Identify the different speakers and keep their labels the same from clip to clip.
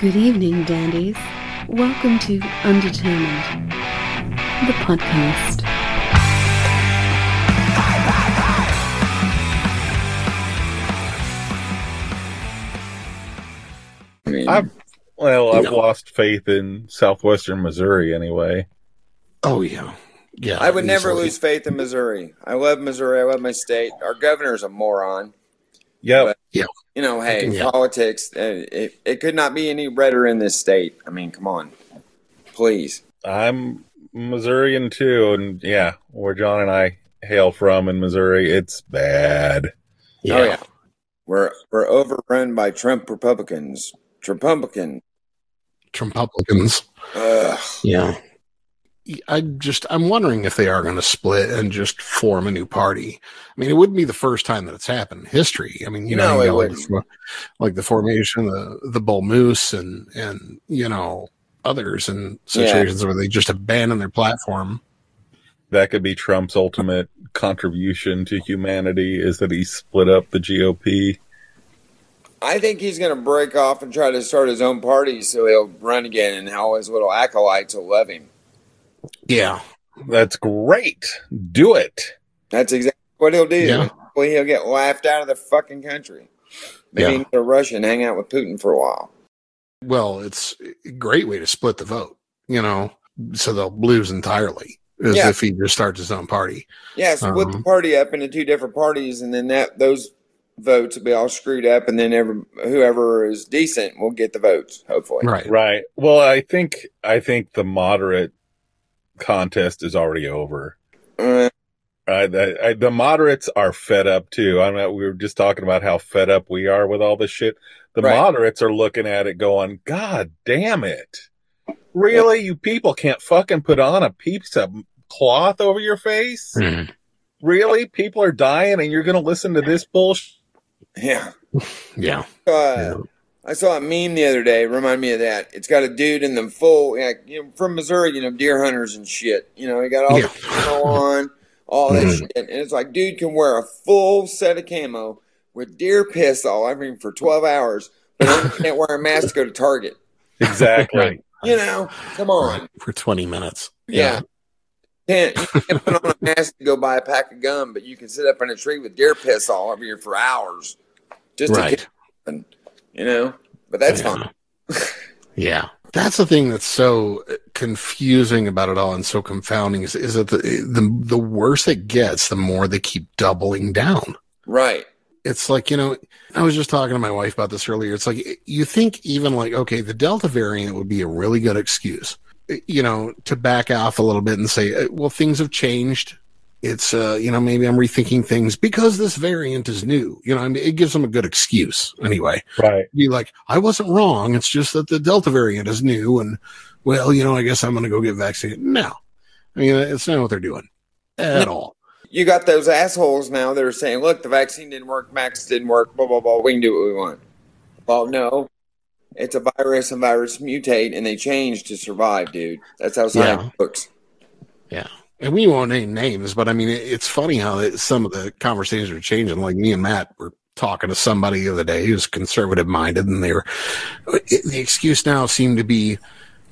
Speaker 1: Good evening, dandies. Welcome to Undetermined, the podcast.
Speaker 2: I mean,
Speaker 3: I've- Well, I've
Speaker 2: No.
Speaker 3: lost faith in southwestern Missouri anyway.
Speaker 2: oh yeah, yeah.
Speaker 4: I would never
Speaker 2: easily.
Speaker 4: lose faith in Missouri. I love Missouri. I love my state. Our governor's a moron.
Speaker 3: Yep.
Speaker 4: You know, hey,
Speaker 2: Yeah.
Speaker 4: politics. uh, It, it could not be any redder in this state. I mean, come on, please.
Speaker 3: I'm Missourian too, and yeah, where John and I hail from in Missouri, it's bad.
Speaker 2: Yeah.
Speaker 4: Oh yeah, we're we're overrun by Trump Republicans. Trump Republican.
Speaker 2: Trump Republicans.
Speaker 4: Ugh.
Speaker 2: Yeah. I just I'm wondering if they are going to split and just form a new party. I mean, it wouldn't be the first time that it's happened in history. I mean, you
Speaker 4: No,
Speaker 2: know, you
Speaker 4: it
Speaker 2: got, like,
Speaker 4: wouldn't.
Speaker 2: the, for- like the formation of the, the Bull Moose and and you know others and
Speaker 4: Yeah.
Speaker 2: situations where they just abandon their platform.
Speaker 3: That could be Trump's ultimate contribution to humanity is that he split up the GOP.
Speaker 4: I think he's going to break off and try to start his own party, so he'll run again, and all his little acolytes will love him.
Speaker 2: Yeah,
Speaker 3: That's great. Do it.
Speaker 4: That's exactly what he'll do.
Speaker 2: Yeah.
Speaker 4: Well, he'll get laughed out of the fucking country. Maybe
Speaker 2: Yeah.
Speaker 4: he'll go to Russia and hang out with Putin for a while.
Speaker 2: well, it's a great way to split the vote. You know, so they'll lose entirely as
Speaker 4: Yeah.
Speaker 2: if he just starts his own party.
Speaker 4: Yeah, split
Speaker 2: Um,
Speaker 4: the party up into two different parties, and then that those votes will be all screwed up, and then every, whoever is decent will get the votes. Hopefully,
Speaker 2: Right.
Speaker 3: Right. Well, I think I think the moderate contest is already over.
Speaker 4: Uh,
Speaker 3: Uh, the, I, the moderates are fed up too. I mean, we were just talking about how fed up we are with all this shit. The
Speaker 4: Right.
Speaker 3: moderates are looking at it going, God damn it. Really? You people can't fucking put on a piece of cloth over your face?
Speaker 2: Mhm.
Speaker 3: Really? People are dying and you're going to listen to this bullshit?
Speaker 4: yeah.
Speaker 2: Yeah.
Speaker 4: Uh,
Speaker 2: Yeah.
Speaker 4: I saw a meme the other day. Remind me of that. It's got a dude in the full, like, you know, from Missouri, you know, deer hunters and shit. You know, he got all
Speaker 2: Yeah.
Speaker 4: the camo on, all that
Speaker 2: Mhm.
Speaker 4: shit. And it's like, dude can wear a full set of camo with deer piss all over him for 12 hours, but only can't wear a mask to go to Target.
Speaker 3: Exactly.
Speaker 2: Right.
Speaker 4: You know, come on.
Speaker 2: For 20 minutes.
Speaker 4: Yeah. Can't, you can't put on a mask to go buy a pack of gum, but you can sit up in a tree with deer piss all over you for hours just to
Speaker 2: Right.
Speaker 4: get, something, you know, but that's
Speaker 2: yeah.
Speaker 4: fine.
Speaker 2: yeah. That's the thing that's so uh, confusing about it all and so confounding is, is that the, the, the worse it gets, the more they keep doubling down.
Speaker 4: Right.
Speaker 2: It's like, you know, I was just talking to my wife about this earlier. It's like, you think even like, okay, the Delta variant would be a really good excuse, you know, to back off a little bit and say, eh, well, things have changed. It's, uh, you know, maybe I'm rethinking things because this variant is new. You know, I mean, it gives them a good excuse anyway
Speaker 3: Right.
Speaker 2: be like, I wasn't wrong. It's just that the Delta variant is new. And well, you know, I guess I'm going to go get vaccinated. No, I mean, it's not what they're doing at all.
Speaker 4: you got those assholes now that are saying, look, the vaccine didn't work, Max didn't work, blah, blah, blah. We can do what we want. Well, no. It's a virus and virus mutate and they change to survive, dude. That's how science
Speaker 2: Yeah.
Speaker 4: works.
Speaker 2: And we won't name names, but I mean, it- it's funny how it, some of the conversations are changing. Like me and Matt were talking to somebody the other day who's conservative minded, and they were, it, the excuse now seemed to be,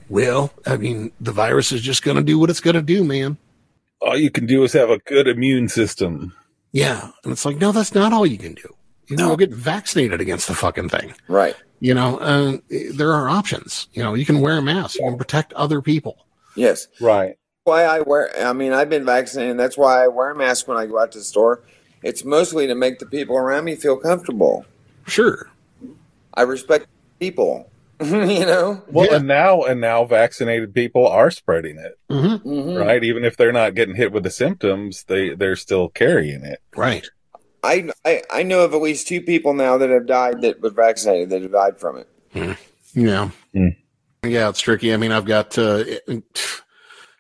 Speaker 2: well, I mean, the virus is just going to do what it's going to do, man.
Speaker 3: All you can do is have a good immune system.
Speaker 2: Yeah. And it's like, no, that's not all you can do. You know,
Speaker 4: No.
Speaker 2: get vaccinated against the fucking thing.
Speaker 4: Right.
Speaker 2: you know uh, there are options you know you can wear a mask you can protect other people
Speaker 4: Yes.
Speaker 3: Right.
Speaker 4: Why I wear, I mean, I've been vaccinated. That's why I wear a mask when I go out to the store. It's mostly to make the people around me feel comfortable.
Speaker 2: sure
Speaker 4: I respect people, you know?
Speaker 3: Well,
Speaker 2: Yeah.
Speaker 3: and now, and now vaccinated people are spreading it.
Speaker 2: hmm
Speaker 4: Mhm.
Speaker 3: right? Even if they're not getting hit with the symptoms, they they're still carrying it.
Speaker 2: right
Speaker 4: I, I, I know of at least two people now that have died that was vaccinated that have died from it.
Speaker 2: yeah
Speaker 4: Hmm.
Speaker 3: Mm.
Speaker 2: yeah it's tricky i mean i've got uh,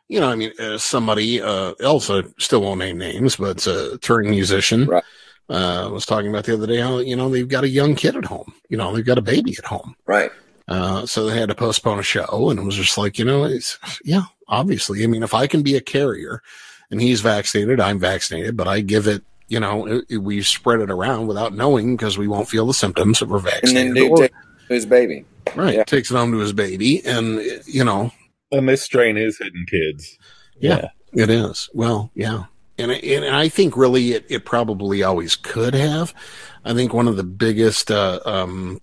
Speaker 2: you know i mean uh, somebody uh also still won't name names but uh touring musician
Speaker 4: Right.
Speaker 2: uh was talking about the other day how you know they've got a young kid at home you know they've got a baby at home
Speaker 4: Right.
Speaker 2: Uh, so they had to postpone a show, and it was just like, you know, it's, yeah, obviously. I mean, if I can be a carrier and he's vaccinated, I'm vaccinated, but I give it, you know, it, it- we spread it around without knowing because we won't feel the symptoms if we're
Speaker 4: and then
Speaker 2: vaccinated.
Speaker 4: dude
Speaker 2: or-
Speaker 4: takes his baby.
Speaker 2: Right.
Speaker 4: Yeah.
Speaker 2: Takes it home to his baby. And, you know,
Speaker 3: And this strain is hitting kids.
Speaker 2: Yeah. It is. Well, yeah. And, I- and I think really it, it probably always could have. I think one of the biggest uh, um,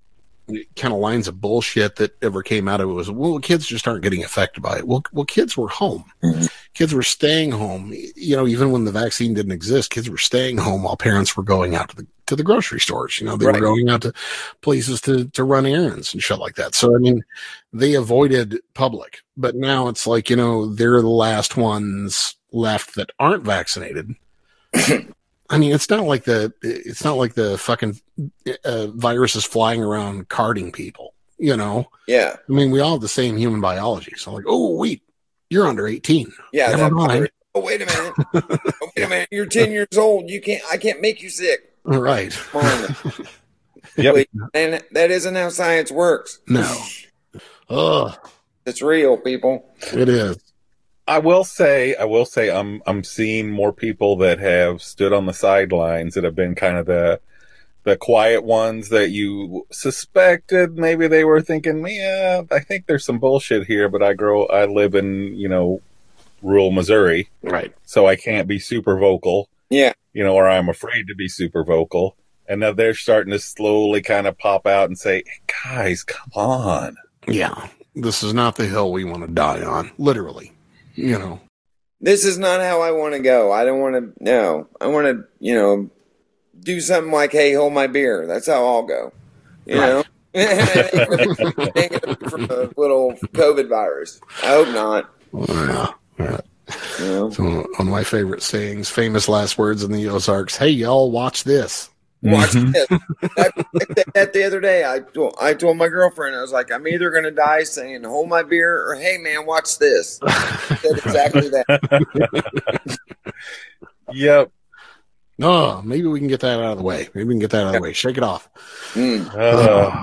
Speaker 2: kind of lines of bullshit that ever came out of it was, well, kids just aren't getting affected by it. Well, well, kids were home.
Speaker 4: Mhm.
Speaker 2: Kids were staying home. You know, even when the vaccine didn't exist, kids were staying home while parents were going out to the to the grocery stores. You know, they were
Speaker 4: Right.
Speaker 2: going out to places to to run errands and shit like that. So I mean, they avoided public, but now it's like you know they're the last ones left that aren't vaccinated. I mean, it's not like the it's not like the fucking uh, virus is flying around carding people. You know,
Speaker 4: Yeah.
Speaker 2: I mean, we all have the same human biology. So like, oh wait, you're under eighteen.
Speaker 4: Yeah.
Speaker 2: Never
Speaker 4: that-
Speaker 2: mind.
Speaker 4: Oh wait a minute. oh, wait a minute. You're ten years old. You can't. I can't make you sick.
Speaker 2: All right.
Speaker 4: Come on.
Speaker 3: Yep.
Speaker 4: Wait, and that isn't how science works.
Speaker 2: No. Ugh,
Speaker 4: It's real, people.
Speaker 2: it is.
Speaker 3: I will say, I will say, I'm I'm seeing more people that have stood on the sidelines that have been kind of the the quiet ones that you suspected maybe they were thinking, yeah, I think there's some bullshit here, but I grow, I live in you know rural Missouri,
Speaker 2: Right.
Speaker 3: so I can't be super vocal,
Speaker 4: Yeah.
Speaker 3: you know, or I'm afraid to be super vocal. And now they're starting to slowly kind of pop out and say, guys, come on.
Speaker 2: Yeah. This is not the hill we want to die on. Literally. You know.
Speaker 4: This is not how I want to go. I don't want to. No, I want to. You know, do something like, hey, hold my beer. That's how I'll go. You know. Ain't gonna be From a little COVID virus. I hope not.
Speaker 2: Yeah. Yeah.
Speaker 4: You know?
Speaker 2: So one of my favorite sayings, famous last words in the Ozarks. Hey, y'all, watch this.
Speaker 4: Watch
Speaker 3: Mm-hmm.
Speaker 4: this. I, I said that the other day. I told, I told my girlfriend, I was like, I'm either going to die saying, hold my beer, or hey, man, watch this. I said exactly that.
Speaker 3: Yep.
Speaker 2: Oh, maybe we can get that out of the way. Maybe we can get that out of the way. Shake it off.
Speaker 4: Mm,
Speaker 3: Uh,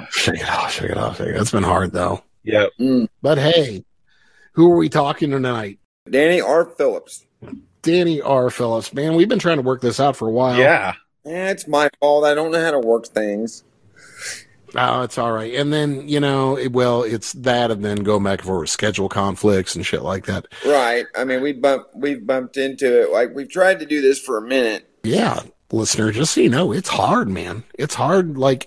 Speaker 2: Oh, shake it off. Shake it off. Shake it. That's been hard though.
Speaker 3: yep.
Speaker 4: mm.
Speaker 2: But hey, who are we talking tonight?
Speaker 4: Danny R. Phillips.
Speaker 2: Danny R. Phillips. Man, we've been trying to work this out for a while.
Speaker 3: Yeah.
Speaker 4: Eh, it's my fault. I don't know how to work things.
Speaker 2: Oh, it's all right. And then, you know, it, well, it's that and then go back and forth with schedule conflicts and shit like that.
Speaker 4: Right. I mean, we bump, we've bumped into it. Like, we've tried to do this for a minute.
Speaker 2: Yeah, listener, just so you know, it's hard, man. It's hard, like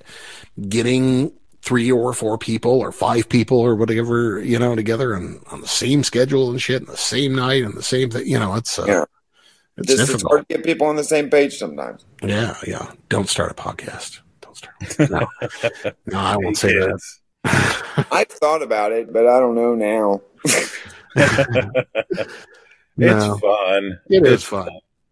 Speaker 2: getting three or four people or five people or whatever, you know, together and on the same schedule and shit, and the same night and the same thing. You know, it's uh,
Speaker 4: Yeah.
Speaker 2: it's
Speaker 4: Just, it's
Speaker 2: difficult.
Speaker 4: hard to get people on the same page sometimes.
Speaker 2: Yeah, yeah. Don't start a podcast. Don't start. No, no I won't say that.
Speaker 3: Kids.
Speaker 4: I've thought about it, but I don't know now.
Speaker 3: It's
Speaker 2: No,
Speaker 3: fun.
Speaker 2: it is
Speaker 3: it's
Speaker 2: fun.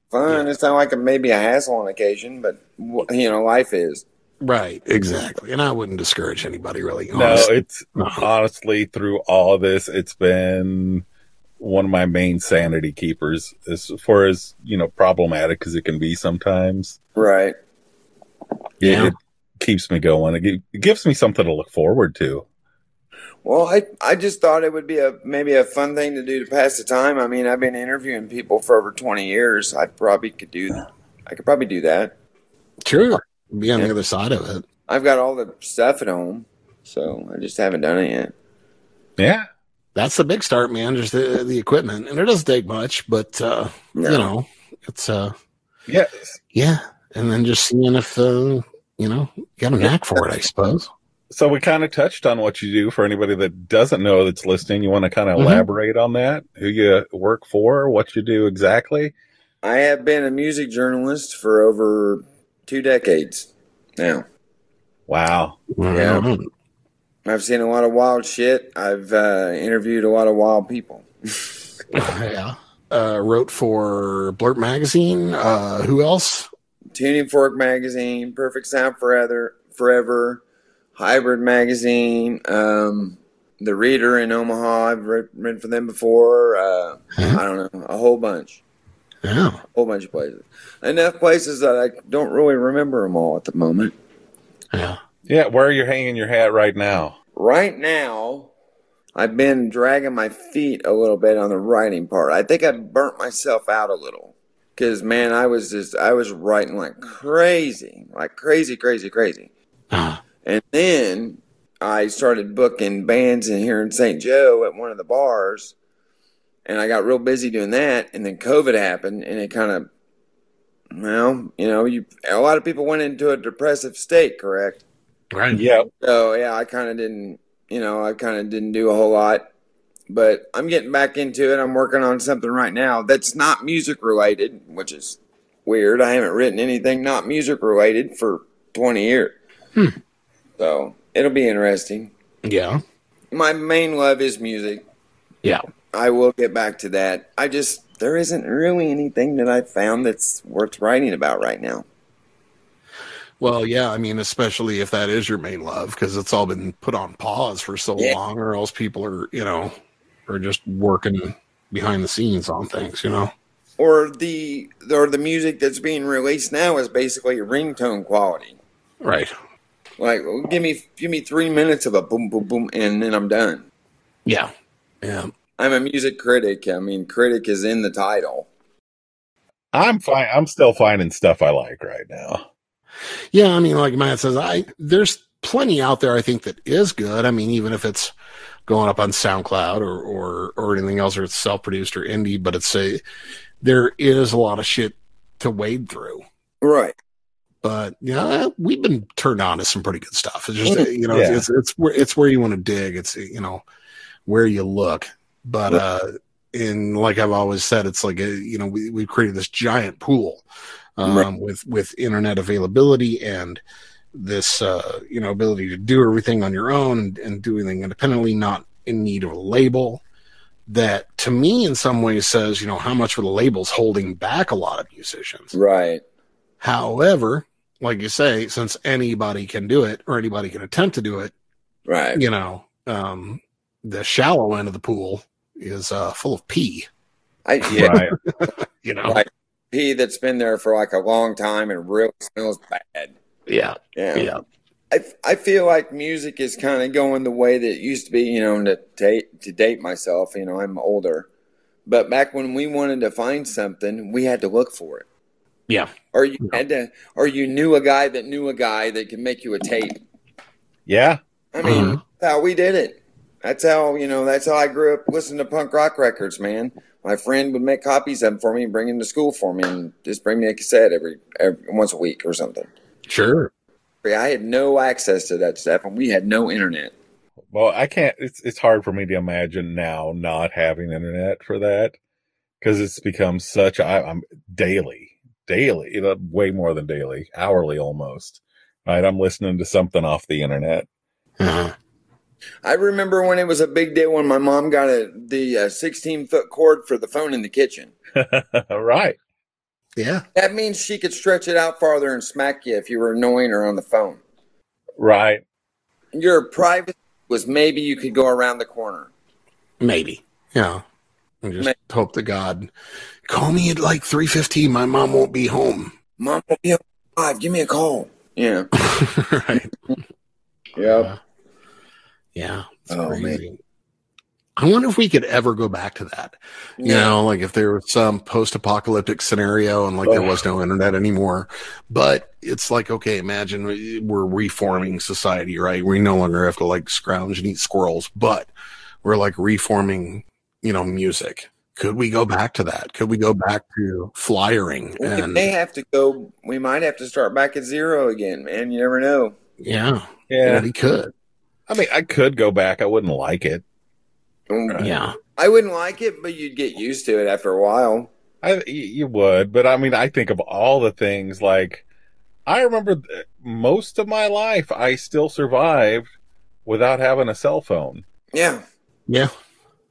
Speaker 4: Fun. It's not like a, maybe a hassle on occasion, but, wh- you know, life is.
Speaker 2: Right, exactly. And I wouldn't discourage anybody really.
Speaker 3: No,
Speaker 2: honestly.
Speaker 3: it's
Speaker 2: No.
Speaker 3: honestly through all of this, it's been one of my main sanity keepers as far as, you know, problematic as it can be sometimes.
Speaker 4: Right.
Speaker 3: It-
Speaker 2: Yeah.
Speaker 3: It, keeps me going. It, gi- it gives me something to look forward to.
Speaker 4: Well, I, I just thought it would be a maybe a fun thing to do to pass the time. I mean, I've been interviewing people for over twenty years. I probably could do I could probably do that.
Speaker 2: Sure, be on the other side of it.
Speaker 4: I've got all the stuff at home, so I just haven't done it yet.
Speaker 3: Yeah.
Speaker 2: That's the big start, man. Just the, the equipment, and it doesn't take much, but uh,
Speaker 4: No.
Speaker 2: you know, it's uh,
Speaker 3: Yes.
Speaker 2: yeah, and then just seeing if uh, you know, you got a knack for it, I suppose.
Speaker 3: So we kind of touched on what you do for anybody that doesn't know that's listening. You want to kind of
Speaker 2: Mhm.
Speaker 3: elaborate on that? Who you work for, what you do exactly?
Speaker 4: I have been a music journalist for over two decades now.
Speaker 3: Wow.
Speaker 4: Yeah. I've seen a lot of wild shit. I've uh, interviewed a lot of wild people.
Speaker 2: yeah. Uh, wrote for Blurt magazine. Uh, who else?
Speaker 4: Tuning Fork magazine, Perfect Sound Forever, Forever, Hybrid magazine, um, The Reader in Omaha. I've read, read for them before. Uh,
Speaker 2: Huh?
Speaker 4: I don't know, a whole bunch,
Speaker 2: Yeah.
Speaker 4: a whole bunch of places. Enough places that I don't really remember them all at the moment.
Speaker 2: Yeah.
Speaker 3: Yeah. Where are you hanging your hat right now?
Speaker 4: Right now, I've been dragging my feet a little bit on the writing part. I think I burnt myself out a little because man, I was just I was writing like crazy, like crazy, crazy, crazy.
Speaker 2: Uh,
Speaker 4: And then I started booking bands in here in St. Joe at one of the bars, and I got real busy doing that. And then COVID happened, and it kind of, well, you know, you a lot of people went into a depressive state, correct?
Speaker 2: Right.
Speaker 3: Yeah.
Speaker 4: So yeah, I kind of didn't, you know, I kind of didn't do a whole lot, but I'm getting back into it. I'm working on something right now that's not music related, which is weird. I haven't written anything not music related for 20 years,
Speaker 2: Hmm.
Speaker 4: so it'll be interesting.
Speaker 2: Yeah.
Speaker 4: My main love is music.
Speaker 2: Yeah.
Speaker 4: I will get back to that. I just there isn't really anything that I found that's worth writing about right now.
Speaker 2: Well, yeah. I mean, especially if that is your main love, because it's all been put on pause for so
Speaker 4: Yeah.
Speaker 2: long, or else people are, you know, are just working behind the scenes on things, you know?
Speaker 4: Or the or the music that's being released now is basically ringtone quality.
Speaker 2: Right.
Speaker 4: Like well, give me give me three minutes of a boom boom boom and then I'm done.
Speaker 2: Yeah. Yeah.
Speaker 4: I'm a music critic. I mean, critic is in the title.
Speaker 3: I'm fine. I'm still finding stuff I like right now.
Speaker 2: Yeah, I mean, like Matt says, I there's plenty out there I think that is good. I mean, even if it's going up on SoundCloud or or or anything else, or it's self produced or indie, but it's a there is a lot of shit to wade through.
Speaker 4: Right.
Speaker 2: But yeah, we've been turned on to some pretty good stuff. It's just you know,
Speaker 3: Yeah.
Speaker 2: it's it's where it's where you want to dig. It's you know where you look. But uh, in like I've always said, it's like a, you know we we've created this giant pool um,
Speaker 4: Right.
Speaker 2: with with internet availability and this uh, you know ability to do everything on your own and, and do anything independently, not in need of a label. That to me, in some ways, says you know how much of the labels holding back a lot of musicians.
Speaker 4: Right.
Speaker 2: However, like you say, since anybody can do it or anybody can attempt to do it,
Speaker 4: Right.
Speaker 2: you know, um, the shallow end of the pool is uh, full of pee.
Speaker 4: I
Speaker 3: Yeah. Right.
Speaker 2: You know,
Speaker 4: Right. pee that's been there for like a long time and really smells bad.
Speaker 2: yeah,
Speaker 4: Yeah.
Speaker 2: yeah,
Speaker 4: I, I feel like music is kind of going the way that it used to be, you know, to date, to date myself, you know, I'm older. But back when we wanted to find something, we had to look for it.
Speaker 2: Yeah.
Speaker 4: Or you
Speaker 2: Yeah.
Speaker 4: had to, or you knew a guy that knew a guy that could make you a tape.
Speaker 3: Yeah.
Speaker 4: I mean,
Speaker 2: Mhm.
Speaker 4: that's how we did it. That's how, you know, that's how I grew up listening to punk rock records, man. My friend would make copies of them for me and bring them to school for me and just bring me a cassette every, every once a week or something.
Speaker 2: sure,
Speaker 4: I had no access to that stuff and we had no internet.
Speaker 3: Well, I can't. It's it's hard for me to imagine now not having internet for that because it's become such. I, I'm daily, daily, you know, way more than daily, hourly almost. Right, I'm listening to something off the internet.
Speaker 2: uh
Speaker 4: I remember when it was a big deal when my mom got a, the 16 foot cord for the phone in the kitchen.
Speaker 3: right.
Speaker 2: yeah,
Speaker 4: That means she could stretch it out farther and smack you if you were annoying her on the phone.
Speaker 3: Right.
Speaker 4: Your privacy was maybe you could go around the corner.
Speaker 2: maybe, yeah. I just
Speaker 4: May-
Speaker 2: hope to God, call me at like three fifteen. My mom won't be home.
Speaker 4: Mom will be alive. Give me a call. Yeah.
Speaker 2: right?
Speaker 4: Yep.
Speaker 2: Yeah. It's
Speaker 4: Oh, man.
Speaker 2: crazy. I wonder if we could ever go back to that. you know like if there was some post-apocalyptic scenario and like there
Speaker 3: Ugh.
Speaker 2: was no internet anymore but it's like okay imagine we- we're reforming society right we no longer have to like scrounge and eat squirrels but we're like reforming you know music could we go back to that could we go back to flyering
Speaker 4: We may
Speaker 2: and
Speaker 4: have to go. We might have to start back at zero again, man. You never know.
Speaker 2: yeah yeah
Speaker 3: Yeah.
Speaker 2: we could
Speaker 3: I mean, I could go back. I wouldn't like it.
Speaker 2: yeah
Speaker 4: I wouldn't like it, but you'd get used to it after a while.
Speaker 3: I y- you would, but I mean, I think of all the things like I remember th- most of my life I still survived without having a cell phone.
Speaker 4: Yeah.
Speaker 2: yeah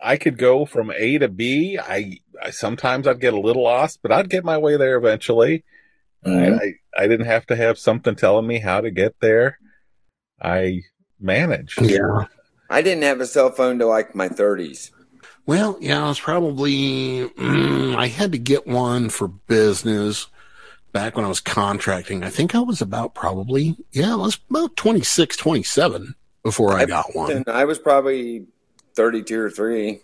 Speaker 3: I could go from A to B. I, I sometimes I'd get a little lost, but I'd get my way there eventually. And I I didn't have to have something telling me how to get there. I managed.
Speaker 2: yeah
Speaker 4: I didn't have a cell phone till like my 30s.
Speaker 2: Well, yeah, I was probably, mm, I had to get one for business back when I was contracting. I think I was about probably, yeah, I was about 26, 27 before I
Speaker 4: I-
Speaker 2: got one.
Speaker 4: And I was probably 32 or 3.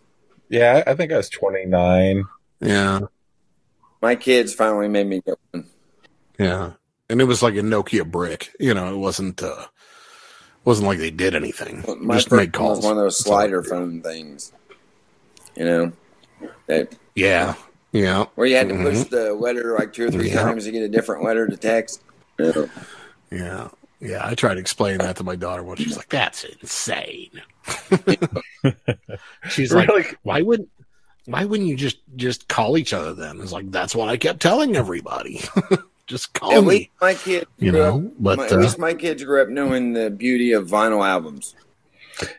Speaker 3: Yeah, I think I was 29.
Speaker 2: Yeah,
Speaker 4: My kids finally made me get one.
Speaker 2: yeah. And it was like a Nokia brick, you know, it wasn't, uh, wasn't like they did anything.
Speaker 4: My
Speaker 2: Just
Speaker 4: first
Speaker 2: make
Speaker 4: one was
Speaker 2: calls.
Speaker 4: One of those
Speaker 2: That's all they
Speaker 4: slider
Speaker 2: did.
Speaker 4: phone things, you know, that
Speaker 2: Yeah. Yeah.
Speaker 4: where you had to push
Speaker 2: Mhm.
Speaker 4: the letter like two or three
Speaker 2: Yeah.
Speaker 4: times to get a different letter to text. Yeah.
Speaker 2: Yeah. Yeah. I tried to explain that to my daughter once. She's like, that's insane. She's like,
Speaker 3: really?
Speaker 2: why wouldn't why wouldn't you just just call each other then? It's like that's what I kept telling everybody. just call
Speaker 4: At
Speaker 2: me.
Speaker 4: least my kid,
Speaker 2: you
Speaker 4: grew up-
Speaker 2: know, but
Speaker 4: my, at
Speaker 2: uh,
Speaker 4: least my kids grew up knowing the beauty of vinyl albums.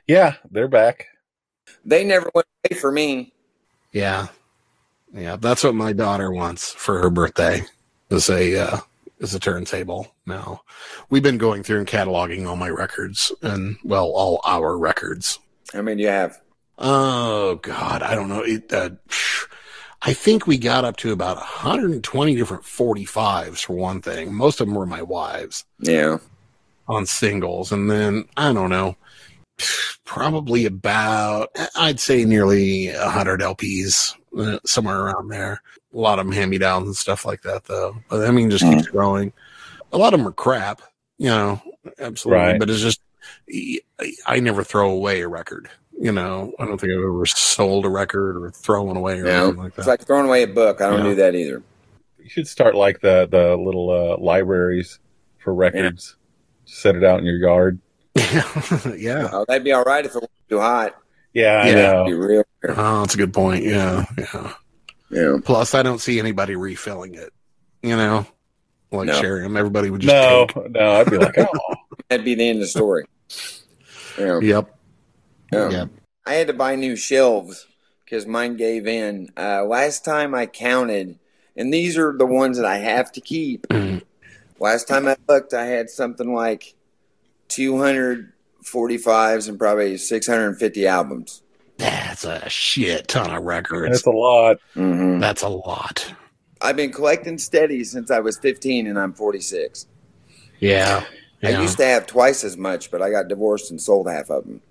Speaker 3: Yeah, they're back.
Speaker 4: They never went away for me.
Speaker 2: yeah, yeah, that's what my daughter wants for her birthday is a uh, is a turntable. Now we've been going through and cataloging all my records and well, all our records.
Speaker 4: I mean, you have
Speaker 2: Oh God, I don't know. It, uh, I think we got up to about 120 different 45s for one thing. Most of them were my wives.
Speaker 4: yeah.
Speaker 2: on singles. And then I don't know, probably about, I'd say nearly 100 LPs, uh, somewhere around there. A lot of them hand me downs and stuff like that, though. But I mean, just keeps growing. A lot of them are crap, you know, absolutely.
Speaker 3: Right.
Speaker 2: But it's just, I never throw away a record. You know, I don't think I've ever sold a record or thrown away or
Speaker 4: No.
Speaker 2: anything like
Speaker 4: It's
Speaker 2: that.
Speaker 4: like throwing away a book. I don't
Speaker 2: Yeah.
Speaker 4: do that either.
Speaker 3: You should start like the the little uh, libraries for records. Set it out in your yard.
Speaker 2: yeah.
Speaker 4: Oh, that'd be all right if it was too hot.
Speaker 3: Yeah, I
Speaker 2: Yeah.
Speaker 3: know.
Speaker 4: Be real.
Speaker 2: Oh, that's a good point. Yeah. Yeah.
Speaker 4: Yeah.
Speaker 2: Plus, I don't see anybody refilling it. You know, like
Speaker 4: No.
Speaker 2: sharing them. Everybody would just
Speaker 3: No,
Speaker 2: take.
Speaker 3: no, I'd be like, oh,
Speaker 4: That'd be the end of the story. Yeah.
Speaker 2: Yep.
Speaker 4: Yeah.
Speaker 2: Yep.
Speaker 4: I had to buy new shelves because mine gave in. Uh, last time I counted, and these are the ones that I have to keep.
Speaker 2: Mm.
Speaker 4: Last time I looked, I had something like 245s and probably 650 albums.
Speaker 2: That's a shit ton of records.
Speaker 3: that's a lot.
Speaker 4: Mm-hmm.
Speaker 2: That's a lot.
Speaker 4: I've been collecting steady since I was 15 and I'm 46.
Speaker 2: Yeah.
Speaker 4: I
Speaker 2: Yeah.
Speaker 4: used to have twice as much, but I got divorced and sold half of them.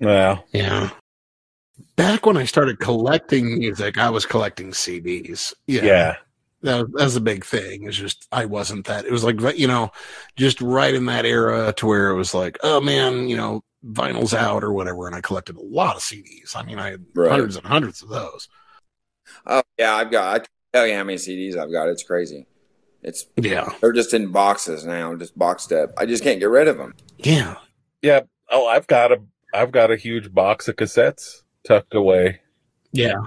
Speaker 3: Wow.
Speaker 2: yeah. Back when I started collecting music, I was collecting CDs. Yeah.
Speaker 3: Yeah. yeah.
Speaker 2: That, that was a big thing. It's just, I wasn't that. It was like, you know, just right in that era to where it was like, oh man, you know, vinyl's out or whatever. And I collected a lot of CDs. I mean, I had
Speaker 4: Right.
Speaker 2: hundreds and hundreds of those.
Speaker 4: Oh, yeah, I've got, I can tell you how many CDs I've got. It's crazy. It's
Speaker 2: Yeah.
Speaker 4: They're just in boxes now, just boxed up. I just can't get rid of them.
Speaker 2: Yeah.
Speaker 3: Oh, I've got a I've got a huge box of cassettes tucked away.
Speaker 2: Yeah.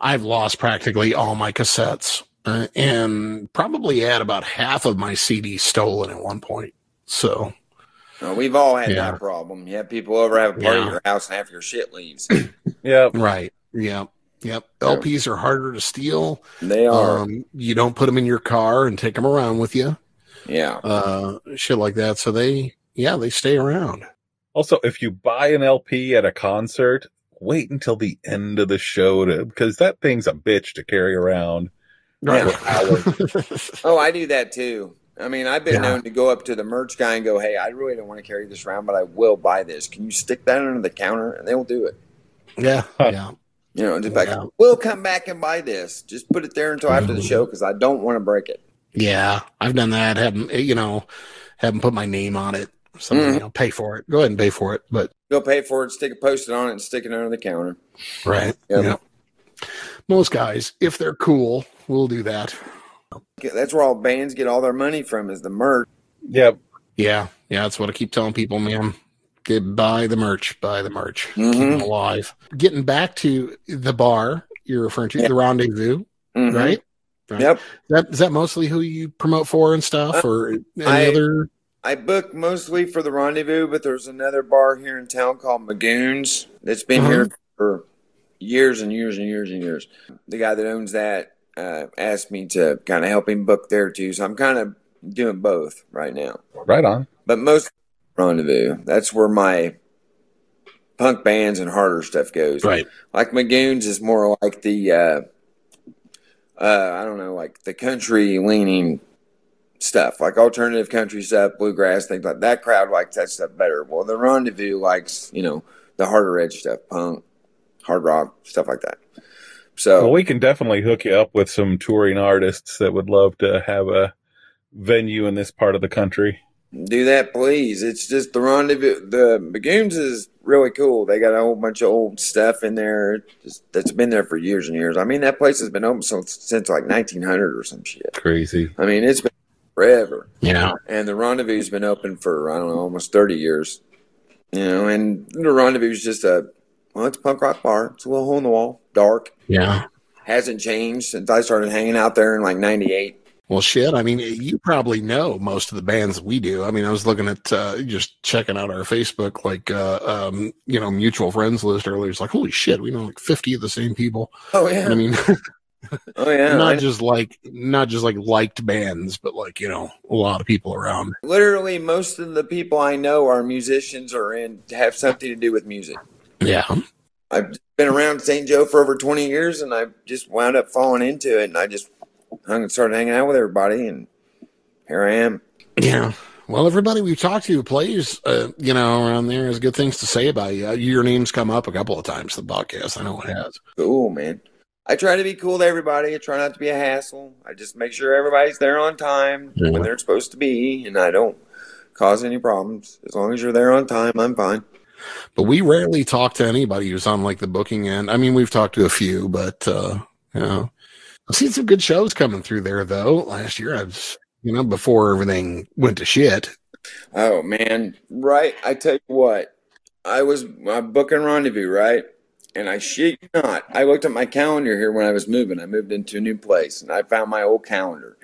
Speaker 2: I've lost practically all my cassettes uh, and probably had about half of my CD stolen at one point. So,
Speaker 4: Uh, we've all had
Speaker 2: Yeah.
Speaker 4: that problem. You have people over have a party
Speaker 2: Yeah.
Speaker 4: at your house and half your shit leaves.
Speaker 3: Yeah.
Speaker 2: right. Yeah. Yep. LPs are harder to steal.
Speaker 4: They are.
Speaker 2: Um, you don't put them in your car and take them around with you.
Speaker 4: yeah.
Speaker 2: Uh, shit like that. So they, yeah, they stay around.
Speaker 3: Also, if you buy an LP at a concert, wait until the end of the show to because that thing's a bitch to carry around.
Speaker 2: Right.
Speaker 4: Oh, I do that too. I mean, I've been
Speaker 2: Yeah.
Speaker 4: known to go up to the merch guy and go, "Hey, I really don't want to carry this around, but I will buy this. Can you stick that under the counter?" And they'll do it.
Speaker 2: yeah. Yeah.
Speaker 4: You know, just like
Speaker 2: Yeah. Mm-hmm.
Speaker 4: we'll come back and buy this. Just put it there until after the show because I don't want to break it.
Speaker 2: Yeah. I've done that. Haven't, eh, you know, haven't put my name on it. So,
Speaker 4: Mhm.
Speaker 2: you know, pay for it. Go ahead and pay for it. But,
Speaker 4: Go pay for it, stick a post-it on it, and stick it under the counter.
Speaker 2: Right.
Speaker 4: Yep.
Speaker 2: Yeah. Most guys, if they're cool, will do that.
Speaker 4: That's where all bands get all their money from is the merch.
Speaker 3: Yeah.
Speaker 2: Yeah. Yeah. That's what I keep telling people, man. Get buy the merch, buy the merch. Keep 'em
Speaker 4: Mhm.
Speaker 2: alive. Getting back to the bar you're referring to,
Speaker 4: Yeah.
Speaker 2: the rendezvous,
Speaker 4: Mhm.
Speaker 2: right? Right.
Speaker 4: Yep.
Speaker 2: That is that mostly who you promote for and stuff, or any
Speaker 4: I-
Speaker 2: other?
Speaker 4: I booked mostly for the rendezvous, but there's another bar here in town called Magoon's that's been
Speaker 2: Uh-huh.
Speaker 4: here for years and years and years and years. The guy that owns that uh, asked me to kind of help him book there too, so I'm kind of doing both right now.
Speaker 3: Right on.
Speaker 4: But most rendezvous, that's where my punk bands and harder stuff goes. Like Magoon's is more like the uh, uh, I don't know, like the country leaning stuff, like alternative country stuff, bluegrass, things like that. Crowd likes that stuff better. Well, the Rendezvous likes you know the harder edge stuff, punk, hard rock, stuff like that.
Speaker 3: Well,
Speaker 4: So
Speaker 3: we can definitely hook you up with some touring artists that would love to have a venue in this part of the country.
Speaker 4: Do that, please. It's just the rendezvous. The Bagoons is really cool. They got a whole bunch of old stuff in there just, that's been there for years and years. I mean, that place has been open since, since like 1900 or some shit.
Speaker 3: Crazy.
Speaker 4: I mean, it's been forever.
Speaker 2: Yeah.
Speaker 4: And the rendezvous's been open for I don't know, almost thirty years. You know, and the rendezvous is just a well, it's a punk rock bar. It's a little hole in the wall, dark.
Speaker 2: Yeah.
Speaker 4: Hasn't changed since I started hanging out there in like '98.
Speaker 2: Well, shit. I mean, you probably know most of the bands we do. I mean, I was looking at uh, just checking out our Facebook, like, uh, um, you know, mutual friends list earlier. It's like, holy shit, we know like 50 of the same people.
Speaker 4: Oh yeah,
Speaker 2: I mean,
Speaker 4: oh yeah.
Speaker 2: not
Speaker 4: I-
Speaker 2: just like, not just like liked bands, but like, you know, a lot of people around.
Speaker 4: literally, most of the people I know are musicians or in have something to do with music.
Speaker 2: Yeah.
Speaker 4: I've been around St. Joe for over 20 years, and I just wound up falling into it, and I just hung and started hanging out with everybody, and here I am.
Speaker 2: Yeah. Well, everybody we've talked to who plays, uh, you know, around there has good things to say about you. Uh, Your name's come up a couple of times in the podcast. I know it has.
Speaker 4: cool, man. I try to be cool to everybody. I try not to be a hassle. I just make sure everybody's there on time
Speaker 2: Yeah.
Speaker 4: when they're supposed to be, and I don't cause any problems. As long as you're there on time, I'm fine.
Speaker 2: But we rarely talk to anybody who's on like the booking end. I mean, we've talked to a few, but, uh, you know, I've seen some good shows coming through there though. Last year, I was, you know, before everything went to shit.
Speaker 4: Oh man, right? I tell you what, I was uh, booking rendezvous, right? And I shit you not, I looked at my calendar here when I was moving. I moved into a new place, and I found my old calendar.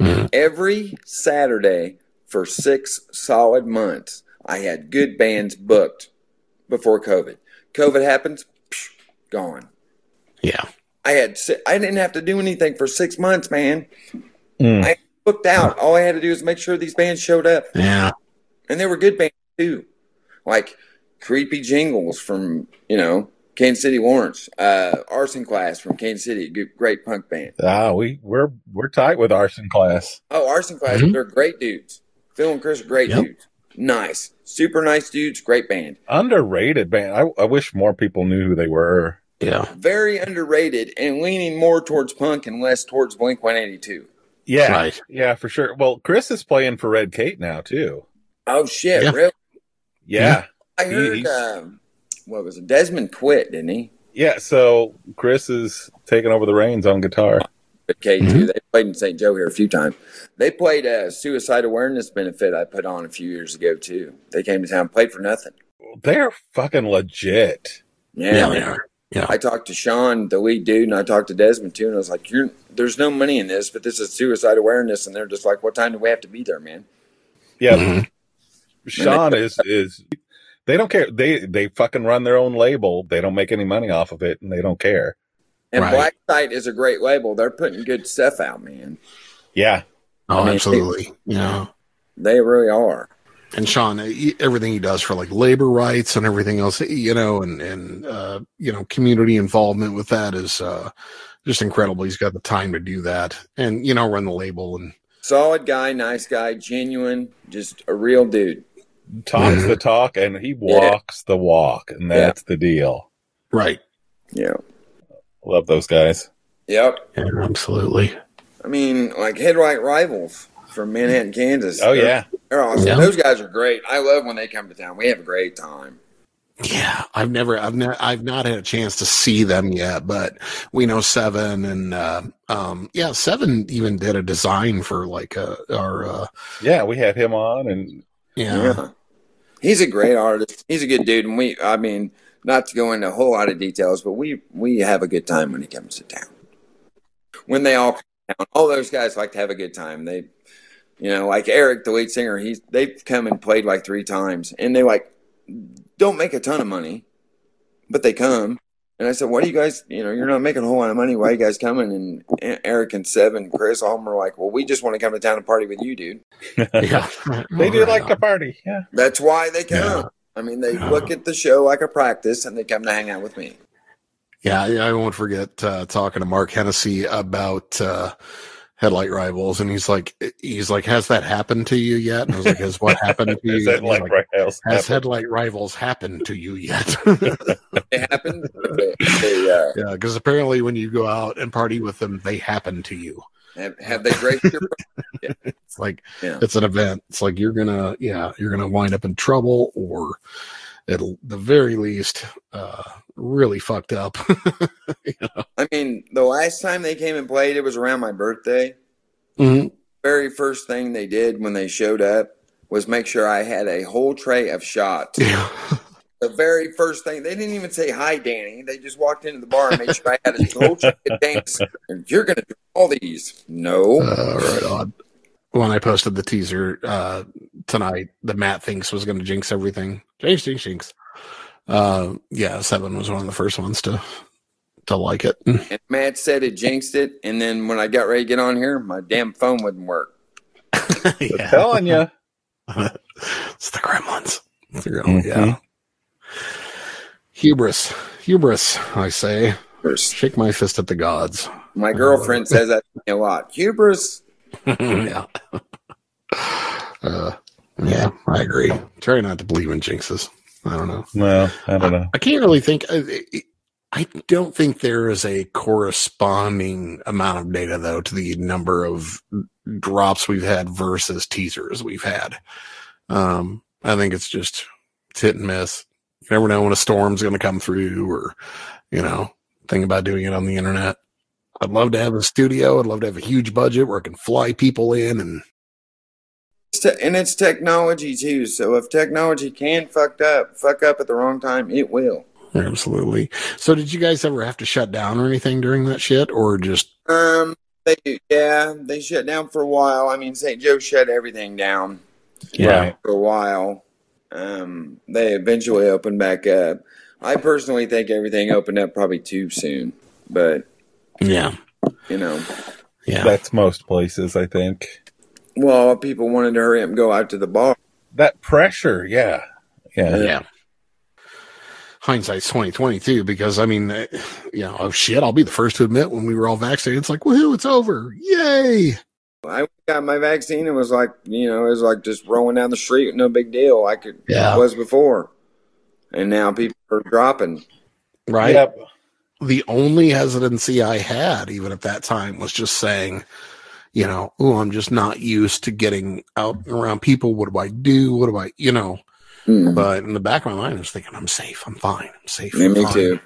Speaker 2: Mhm.
Speaker 4: Every Saturday for six solid months, I had good bands booked before COVID. COVID happens, psh, gone.
Speaker 2: Yeah.
Speaker 4: I had si- I didn't have to do anything for six months, man.
Speaker 3: Mm.
Speaker 4: I booked out. All I had to do was make sure these bands showed up
Speaker 2: Yeah.
Speaker 4: and they were good bands too, like creepy jingles from you know Kansas City Lawrence, uh, arson class from Kansas City, g- great punk band.
Speaker 3: Ah, we we're we're tight with arson class.
Speaker 4: Oh, arson class,
Speaker 2: Mhm.
Speaker 4: they're great dudes. Phil and Chris, are great
Speaker 2: Yep.
Speaker 4: dudes, nice, super nice dudes, great band,
Speaker 3: Underrated band. I, I wish more people knew who they were.
Speaker 2: Yeah.
Speaker 4: very underrated and leaning more towards punk and less towards Blink One Eighty Two.
Speaker 3: Yeah,
Speaker 2: Right.
Speaker 3: yeah, for sure. Well, Chris is playing for Red Kate now too.
Speaker 4: Oh shit,
Speaker 2: Yeah.
Speaker 4: really?
Speaker 3: Yeah,
Speaker 4: I
Speaker 3: He-
Speaker 4: heard
Speaker 3: he's-
Speaker 4: um, what was it? Desmond quit, didn't he?
Speaker 3: yeah. So Chris is taking over the reins on guitar.
Speaker 4: at K2.
Speaker 2: Mhm.
Speaker 4: They played in St. Joe here a few times. They played a suicide awareness benefit I put on a few years ago too. They came to town, played for nothing.
Speaker 3: They're fucking legit.
Speaker 4: Yeah,
Speaker 2: Yeah.
Speaker 4: man.
Speaker 2: they are.
Speaker 4: I talked to Sean, the lead dude, and I talked to Desmond too, and I was like, "You're there's no money in this, but this is suicide awareness." And they're just like, "What time do we have to be there, man?"
Speaker 3: Yeah,
Speaker 2: Mhm.
Speaker 3: Sean is is. They don't care. They they fucking run their own label. They don't make any money off of it, and they don't care.
Speaker 4: And
Speaker 2: Right.
Speaker 4: Black Site is a great label. They're putting good stuff out, man.
Speaker 3: Yeah,
Speaker 2: Oh,
Speaker 4: I mean,
Speaker 2: absolutely. Yeah.
Speaker 4: They really are.
Speaker 2: And Sean, e- everything he does for like labor rights and everything else, you know, and, and, uh, you know, community involvement with that is, uh, just incredible. He's got the time to do that and, you know, run the label and,
Speaker 4: Solid guy, nice guy, genuine, just a real dude.
Speaker 3: talks
Speaker 2: Mhm.
Speaker 3: the talk, and he
Speaker 4: Yeah.
Speaker 3: walks the walk, and
Speaker 4: Yeah.
Speaker 3: that's the deal.
Speaker 2: right.
Speaker 4: Yeah.
Speaker 3: Love those guys.
Speaker 4: Yep.
Speaker 2: Yeah, absolutely.
Speaker 4: I mean, like headlight rivals from Manhattan, Kansas.
Speaker 3: Oh
Speaker 4: They're-
Speaker 3: yeah,
Speaker 4: They're awesome.
Speaker 2: Yeah.
Speaker 4: Those guys are great. I love when they come to town. We have a great time.
Speaker 2: Yeah, I've never, I've not, I've not had a chance to see them yet, but we know Seven and, uh, um, yeah, Seven even did a design for like, uh, our, uh,
Speaker 3: yeah. We had him on, and
Speaker 2: yeah,
Speaker 4: He's a great artist. He's a good dude, and we. I mean, not to go into a whole lot of details, but we we have a good time when he comes to town. When they all come to town, all those guys like to have a good time. They, you know, like Eric, the lead singer. He's they've come and played like three times, and they like don't make a ton of money, but they come. And I said, "Why do you guys? You know, you're not making a whole lot of money. Why are you guys coming?" And E-, Eric and Seven, Chris, all of them are like, "Well, we just want to come to town and party with you, dude."
Speaker 2: yeah.
Speaker 3: they do like to party. Yeah,
Speaker 4: That's why they come.
Speaker 2: Yeah.
Speaker 4: I mean, they
Speaker 2: Yeah.
Speaker 4: look at the show like a practice, and they come to hang out with me.
Speaker 2: Yeah, I I won't forget uh, talking to Mark Hennessy about uh, headlight rivals, and he's like, he's like, has that happened to you yet? And I was like, has what happened to you?
Speaker 3: Is that
Speaker 2: And he's
Speaker 3: like
Speaker 2: like,
Speaker 3: right house?
Speaker 2: has headlight rivals happened to you yet?
Speaker 4: It happened. they, they, uh,
Speaker 2: yeah, because apparently when you go out and party with them, they happen to you.
Speaker 4: Have, have they graced your
Speaker 2: It's like
Speaker 4: Yeah.
Speaker 2: it's an event. It's like you're gonna yeah, you're gonna wind up in trouble or at the very least, uh really fucked up.
Speaker 4: I mean, the last time they came and played, it was around my birthday.
Speaker 2: Mhm.
Speaker 4: Very first thing they did when they showed up was make sure I had a whole tray of shots.
Speaker 2: Yeah.
Speaker 4: The very first thing they didn't even say hi, Danny. They just walked into the bar and made sure I had a whole tray of dance. And you're gonna drink all these? No.
Speaker 2: Uh, right on. When I posted the teaser uh, tonight, the Matt thinks was going to jinx everything. Jinx, jinx, jinx. Uh, yeah, Seven was one of the first ones to to like it.
Speaker 4: And Matt said it jinxed it, and then when I got ready to get on here, my damn phone wouldn't work.
Speaker 3: I'm telling you.
Speaker 2: it's the Gremlins. It's the Gremlins,
Speaker 3: Mhm.
Speaker 2: Yeah. Hubris, hubris. I say, shake my fist at the gods.
Speaker 4: My girlfriend says that to me a lot. Hubris.
Speaker 2: yeah. Uh, yeah, I agree. Try not to believe in jinxes. I don't know.
Speaker 3: No, I don't know.
Speaker 2: I can't really think. I, I don't think there is a corresponding amount of data though to the number of drops we've had versus teasers we've had. Um, I think it's just it's hit and miss. You never know when a storm's going to come through, or you know, think about doing it on the internet. I'd love to have a studio. I'd love to have a huge budget where I can fly people in and
Speaker 4: It's te- and it's technology too. So if technology can fucked up, fuck up at the wrong time, it will.
Speaker 2: absolutely. So, did you guys ever have to shut down or anything during that shit, or just
Speaker 4: Um, they yeah, they shut down for a while. I mean, St. Joe shut everything down
Speaker 3: Right.
Speaker 4: for a while. Um, they eventually opened back up. I personally think everything opened up probably too soon, but
Speaker 2: yeah,
Speaker 4: you know,
Speaker 2: yeah?
Speaker 3: That's most places, I think.
Speaker 4: well, people wanted to hurry up and go out to the bar.
Speaker 3: That pressure, yeah. Yeah.
Speaker 2: yeah. uh, Hindsight's twenty twenty too, because I mean, eh, you know, oh shit, I'll be the first to admit when we were all vaccinated, it's like, woohoo, it's over, yay!
Speaker 4: I got my vaccine and was like, you know, it was like just rolling down the street, no big deal. I could
Speaker 2: Yeah.
Speaker 4: was before, and now people are dropping.
Speaker 2: Right?
Speaker 3: Yep.
Speaker 2: The only hesitancy I had, even at that time, was just saying, you know, oh, I'm just not used to getting out and around people. What do I do? What do I, you know?
Speaker 4: Mm.
Speaker 2: But in the back of my mind, I was thinking, I'm safe, I'm fine, I'm safe.
Speaker 4: Yeah,
Speaker 2: I'm
Speaker 4: me
Speaker 2: fine.
Speaker 4: too.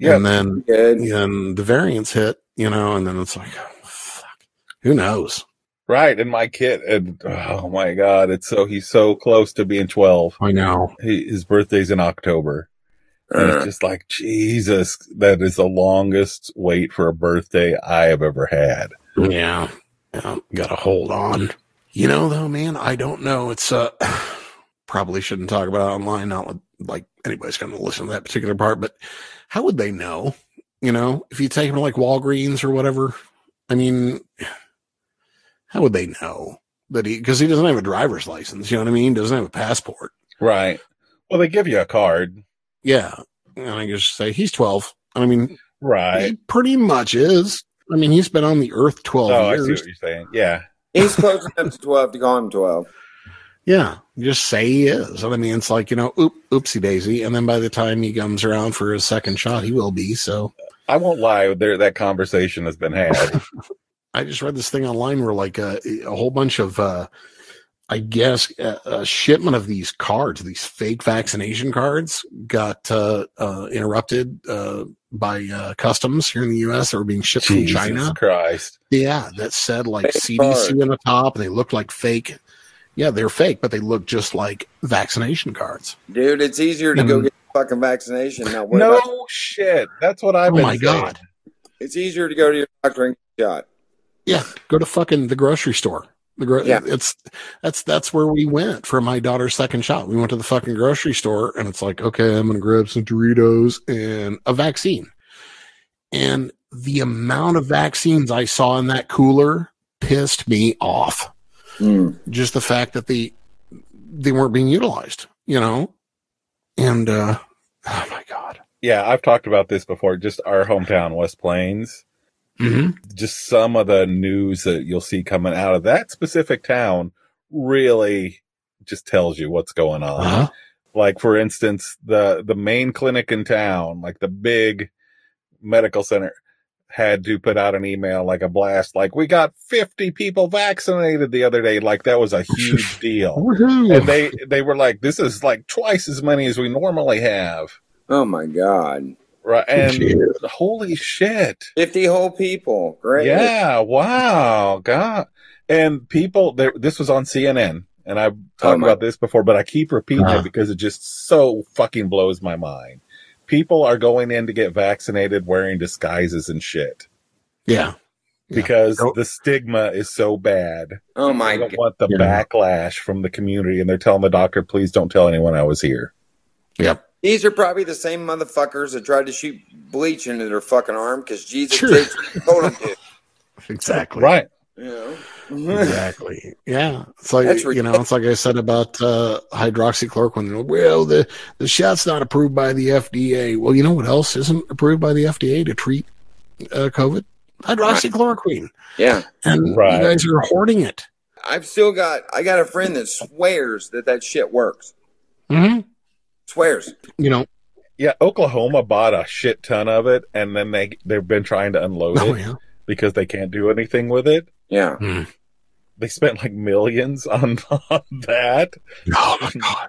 Speaker 3: Yep.
Speaker 2: And then
Speaker 4: Good.
Speaker 2: and the variants hit, you know, and then it's like, oh, fuck, who knows?
Speaker 3: Right. And my kid, and oh my God, it's so, he's so close to being 12.
Speaker 2: I know.
Speaker 3: He, his birthday's in October. And it's
Speaker 4: Uh,
Speaker 3: just like, Jesus, that is the longest wait for a birthday I have ever had.
Speaker 2: Yeah. yeah Got to hold on. You know, though, man, I don't know. It's, uh, probably shouldn't talk about it online. Not li- like anybody's going to listen to that particular part, but how would they know? You know, if you take them to like Walgreens or whatever, I mean, how would they know that he, because he doesn't have a driver's license. You know what I mean? Doesn't have a passport.
Speaker 3: Right. Well, they give you a card.
Speaker 2: Yeah. And I just say he's 12. And I mean,
Speaker 3: Right.
Speaker 2: he pretty much is. I mean, he's been on the earth 12
Speaker 3: Oh, I see
Speaker 2: years.
Speaker 3: what you're saying. Yeah.
Speaker 4: he's close enough to twelve to call him twelve.
Speaker 2: Yeah, just say he is. And I mean, it's like you know, oop, oopsie daisy. And then by the time he comes around for his second shot, he will be. So
Speaker 3: I won't lie. There, that conversation has been had.
Speaker 2: I just read this thing online where like uh, a whole bunch of, uh, I guess, a, a shipment of these cards, these fake vaccination cards, got uh, uh, interrupted uh, by uh, customs here in the U.S. that were being shipped
Speaker 3: Jesus
Speaker 2: from China.
Speaker 3: Christ.
Speaker 2: Yeah, that said like
Speaker 4: Fake
Speaker 2: CDC
Speaker 4: cards.
Speaker 2: on the top, and they looked like fake. Yeah, they're fake, but they look just like vaccination cards.
Speaker 4: Dude, it's easier to go
Speaker 2: Mm.
Speaker 4: get a fucking vaccination. Not worry
Speaker 3: Hmm. No
Speaker 4: about
Speaker 3: shit. That's what I've
Speaker 2: Oh
Speaker 3: been
Speaker 2: my
Speaker 3: saying.
Speaker 2: God.
Speaker 4: It's easier to go to your doctor and get a shot.
Speaker 2: Yeah, go to fucking the grocery store. The gro-
Speaker 4: Yeah.
Speaker 2: it's that's that's where we went for my daughter's second shot. We went to the fucking grocery store and it's like, okay, I'm gonna grab some Doritos and a vaccine. And the amount of vaccines I saw in that cooler pissed me off.
Speaker 4: Hmm.
Speaker 2: Just the fact that the they weren't being utilized, you know? And uh oh my god.
Speaker 3: Yeah. I've talked about this before. Just our hometown, West Plains.
Speaker 2: Mm-hmm.
Speaker 3: just some of the news that you'll see coming out of that specific town really just tells you what's going on.
Speaker 2: Uh-huh.
Speaker 3: Like for instance, the the main clinic in town, like the big medical center, had to put out an email like a blast, like we got 50 people vaccinated the other day. Like that was a huge deal.
Speaker 2: Woohoo.
Speaker 3: And they, they were like, this is like twice as many as we normally have.
Speaker 4: Oh my God.
Speaker 3: Right. And
Speaker 2: Jeez.
Speaker 3: holy shit.
Speaker 4: 50 whole people. Great.
Speaker 3: Yeah. Wow. God. And people, there, this was on CNN, and I've
Speaker 4: Oh,
Speaker 3: talked
Speaker 4: my-
Speaker 3: about this before, but I keep repeating
Speaker 2: Uh-huh.
Speaker 3: it because it just so fucking blows my mind. People are going in to get vaccinated wearing disguises and shit
Speaker 2: Yeah. Yeah.
Speaker 3: because
Speaker 2: Nope.
Speaker 3: the stigma is so bad.
Speaker 4: Oh my
Speaker 3: I
Speaker 4: God.
Speaker 3: don't want the
Speaker 2: Yeah.
Speaker 3: backlash from the community, and they're telling the doctor, "Please don't tell anyone I was here."
Speaker 2: Yep.
Speaker 4: These are probably the same motherfuckers that tried to shoot bleach into their fucking arm because Jesus
Speaker 2: Sure.
Speaker 4: did what he told them to.
Speaker 2: Exactly.
Speaker 3: Right?
Speaker 4: You know?
Speaker 2: Exactly. Yeah. It's like
Speaker 4: That's
Speaker 2: you know, it's like I said about uh hydroxychloroquine. Well, the the shot's not approved by the FDA. Well, you know what else isn't approved by the FDA to treat uh, COVID? Hydroxychloroquine.
Speaker 4: yeah.
Speaker 2: And
Speaker 3: Right.
Speaker 2: you guys are hoarding it.
Speaker 4: I've still got, I got a friend that swears that that shit works.
Speaker 2: hmm
Speaker 3: Mm-hmm.
Speaker 4: Swears.
Speaker 2: You know.
Speaker 3: Yeah. Oklahoma bought a shit ton of it, and then they they've been trying to unload
Speaker 2: Oh
Speaker 3: it
Speaker 2: yeah.
Speaker 3: because they can't do anything with it.
Speaker 4: Yeah.
Speaker 3: They spent like millions on, on that.
Speaker 2: Oh my god.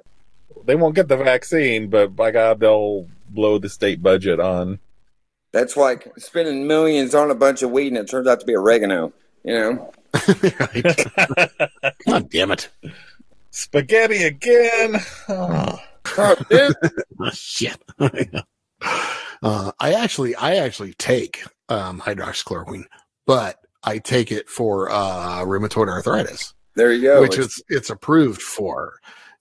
Speaker 3: They won't get the vaccine, but by God, they'll blow the state budget on.
Speaker 4: That's like spending millions on a bunch of weed and it turns out to be oregano. You know?
Speaker 2: Right. God damn it.
Speaker 3: Spaghetti again. Oh,
Speaker 4: Oh, dude.
Speaker 2: Oh, shit. uh, I actually, I actually take um, hydroxychloroquine, but I take it for uh, rheumatoid arthritis,
Speaker 4: there you go.
Speaker 2: which it's it's approved for.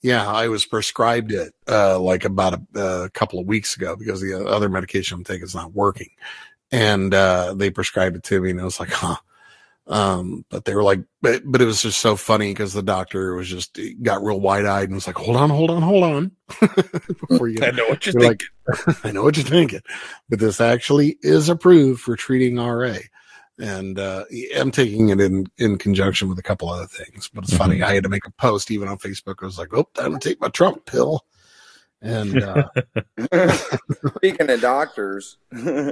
Speaker 2: Yeah, I was prescribed it uh, like about a, a couple of weeks ago because the other medication I'm taking is not working, and uh, they prescribed it to me, and I was like, huh. Um, but they were like, but but it was just so funny because the doctor was just got real wide eyed and was like, hold on, hold on, hold on, before you
Speaker 3: I know what you're
Speaker 2: You're like-
Speaker 3: thinking.
Speaker 2: I know what you're thinking, but this actually is approved for treating RA. And uh, I'm taking it in, in conjunction with a couple other things. But it's funny, I had to make a post even on Facebook. I was like, oh, I'm going to take my Trump pill. And uh,
Speaker 4: Speaking of doctors,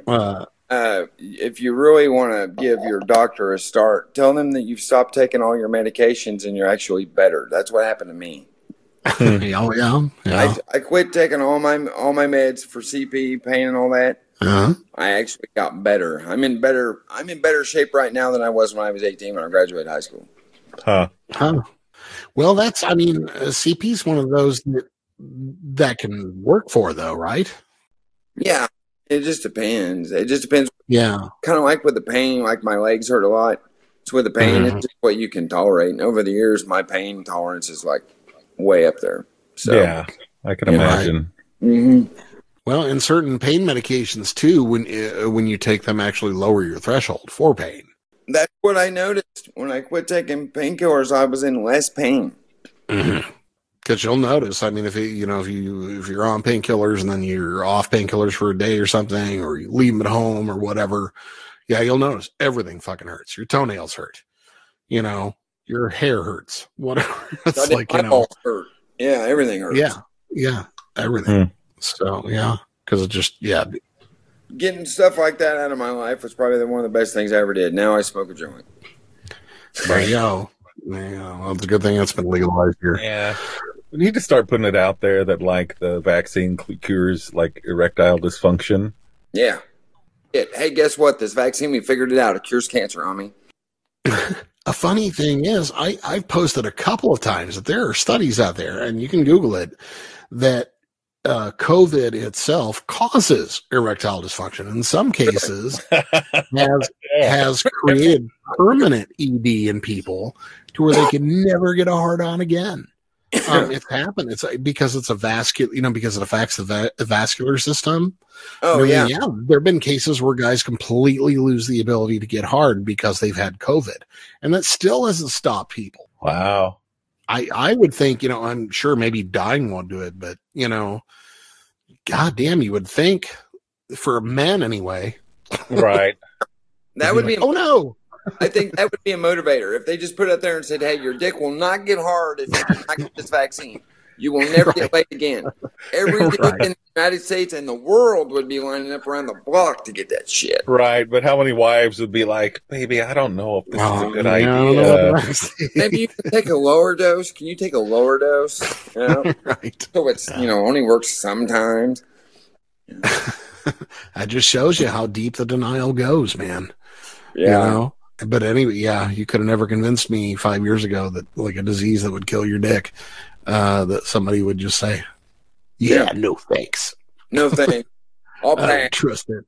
Speaker 2: uh,
Speaker 4: uh, if you really want to give your doctor a start, tell them that you've stopped taking all your medications and you're actually better. That's what happened to me.
Speaker 2: yeah, oh, yeah, yeah.
Speaker 4: I, I quit taking all my all my meds for CP pain and all that.
Speaker 2: uh-huh.
Speaker 4: I actually got better. I'm in better I'm in better shape right now than I was when I was 18 when I graduated high school.
Speaker 3: Huh.
Speaker 2: Huh. Well, that's, I mean, uh, CP is one of those that, that can work for, though, right?
Speaker 4: Yeah, it just depends. It just depends.
Speaker 2: Yeah.
Speaker 4: Kind of like with the pain, like my legs hurt a lot. It's with the pain.
Speaker 2: Mhm.
Speaker 4: It's just what you can tolerate. And over the years, my pain tolerance is like way up there. So
Speaker 3: yeah, I can
Speaker 4: You know, I-
Speaker 3: imagine.
Speaker 4: Mhm.
Speaker 2: Well, and certain pain medications, too, when, uh, when you take them, actually lower your threshold for pain.
Speaker 4: that's what I noticed when I quit taking painkillers. I was in less pain.
Speaker 2: Because you'll notice, I mean, if you you know if you if you're on painkillers and then you're off painkillers for a day or something, or you leave them at home or whatever, yeah, you'll notice everything fucking hurts. Your toenails hurt, you know, your hair hurts, whatever.
Speaker 4: I
Speaker 2: It's
Speaker 4: did-
Speaker 2: like
Speaker 4: my
Speaker 2: you know,
Speaker 4: balls hurt. Yeah, everything hurts.
Speaker 2: yeah, yeah, everything. So yeah, because it just yeah,
Speaker 4: getting stuff like that out of my life was probably the- one of the best things I ever did. Now I smoke a joint.
Speaker 2: there you go. Yeah, well, it's a good thing that's been legalized here.
Speaker 3: Yeah. We need to start putting it out there that like the vaccine cl- cures like erectile dysfunction.
Speaker 4: Yeah. It, hey, guess what? This vaccine, we figured it out. It cures cancer, homie.
Speaker 2: a funny thing is I, I've posted a couple of times that there are studies out there and you can Google it that uh, COVID itself causes erectile dysfunction. In some cases has, has created permanent ED in people to where they can never get a hard on again.
Speaker 4: Oh.
Speaker 2: Um, it's happened. It's uh, because it's a vascular, you know, because it affects the, va- the vascular system.
Speaker 4: Oh,
Speaker 2: I mean,
Speaker 4: yeah.
Speaker 2: There have been cases where guys completely lose the ability to get hard because they've had COVID. And that still hasn't stopped people.
Speaker 3: wow.
Speaker 2: I, I would think, you know, I'm sure maybe dying won't do it, but, you know, goddamn, you would think for men anyway.
Speaker 3: Right.
Speaker 4: That would be,
Speaker 2: oh no.
Speaker 4: I think that would be a motivator. If they just put it out there and said, hey, your dick will not get hard if you do not get this vaccine. You will never get laid again. Every dude
Speaker 3: Right.
Speaker 4: in the United States and the world would be lining up around the block to get that shit.
Speaker 3: Right, but how many wives would be like, "Baby, I don't know if this is a
Speaker 2: Oh,
Speaker 3: good
Speaker 2: yeah, I don't know
Speaker 3: idea."
Speaker 2: what I'm
Speaker 4: Maybe you can take a lower dose. Can you take a lower dose? You know?
Speaker 2: saying. right.
Speaker 4: So it's you know only works sometimes.
Speaker 2: That just shows you how deep the denial goes, man.
Speaker 4: Yeah.
Speaker 2: You know? But anyway, yeah, you could have never convinced me five years ago that like a disease that would kill your dick, uh, that somebody would just say, Yeah, no thanks.
Speaker 4: No thing. I'll
Speaker 2: I
Speaker 4: pass.
Speaker 2: don't trust it.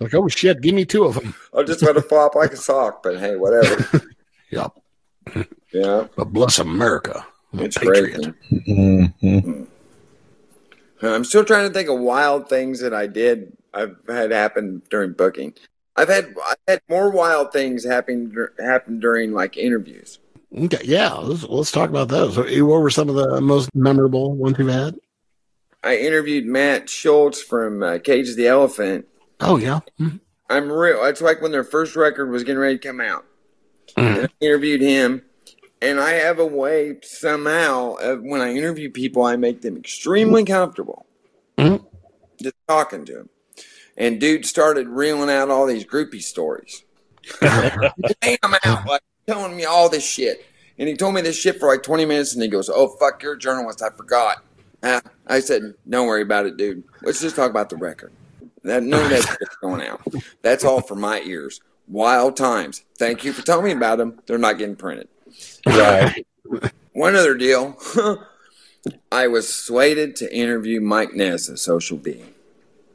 Speaker 2: Like, oh shit, give me two of them.
Speaker 4: I'll just let it flop like a sock. But hey, whatever.
Speaker 2: Yep.
Speaker 4: Yeah,
Speaker 2: But bless America. I'm a
Speaker 4: it's
Speaker 2: patriot.
Speaker 4: crazy.
Speaker 3: Mhm.
Speaker 4: I'm still trying to think of wild things that I did. I've had happen during booking. I've had I've had more wild things happen dur- happen during like interviews.
Speaker 2: Okay, yeah, let's, let's talk about those. eh, What were some of the most memorable ones you've had?
Speaker 4: I interviewed Matt Schultz from uh, Cage the Elephant.
Speaker 2: Oh yeah, Mhm.
Speaker 4: I'm real. It's like when their first record was getting ready to come out.
Speaker 2: Mhm.
Speaker 4: And I interviewed him, and I have a way somehow of when I interview people, I make them extremely comfortable
Speaker 2: Mhm.
Speaker 4: just talking to them. And dude started reeling out all these groupie stories. Damn out, like telling me all this shit. And he told me this shit for like 20 minutes, and he goes, "Oh fuck, you're a journalist. I forgot." Ah, I said, "Don't worry about it, dude. Let's just talk about the record." That none of that shit's going out. That's all for my ears. Wild times. Thank you for telling me about them. They're not getting printed.
Speaker 3: Right.
Speaker 4: One other deal. I was slated to interview Mike Ness of Social Being.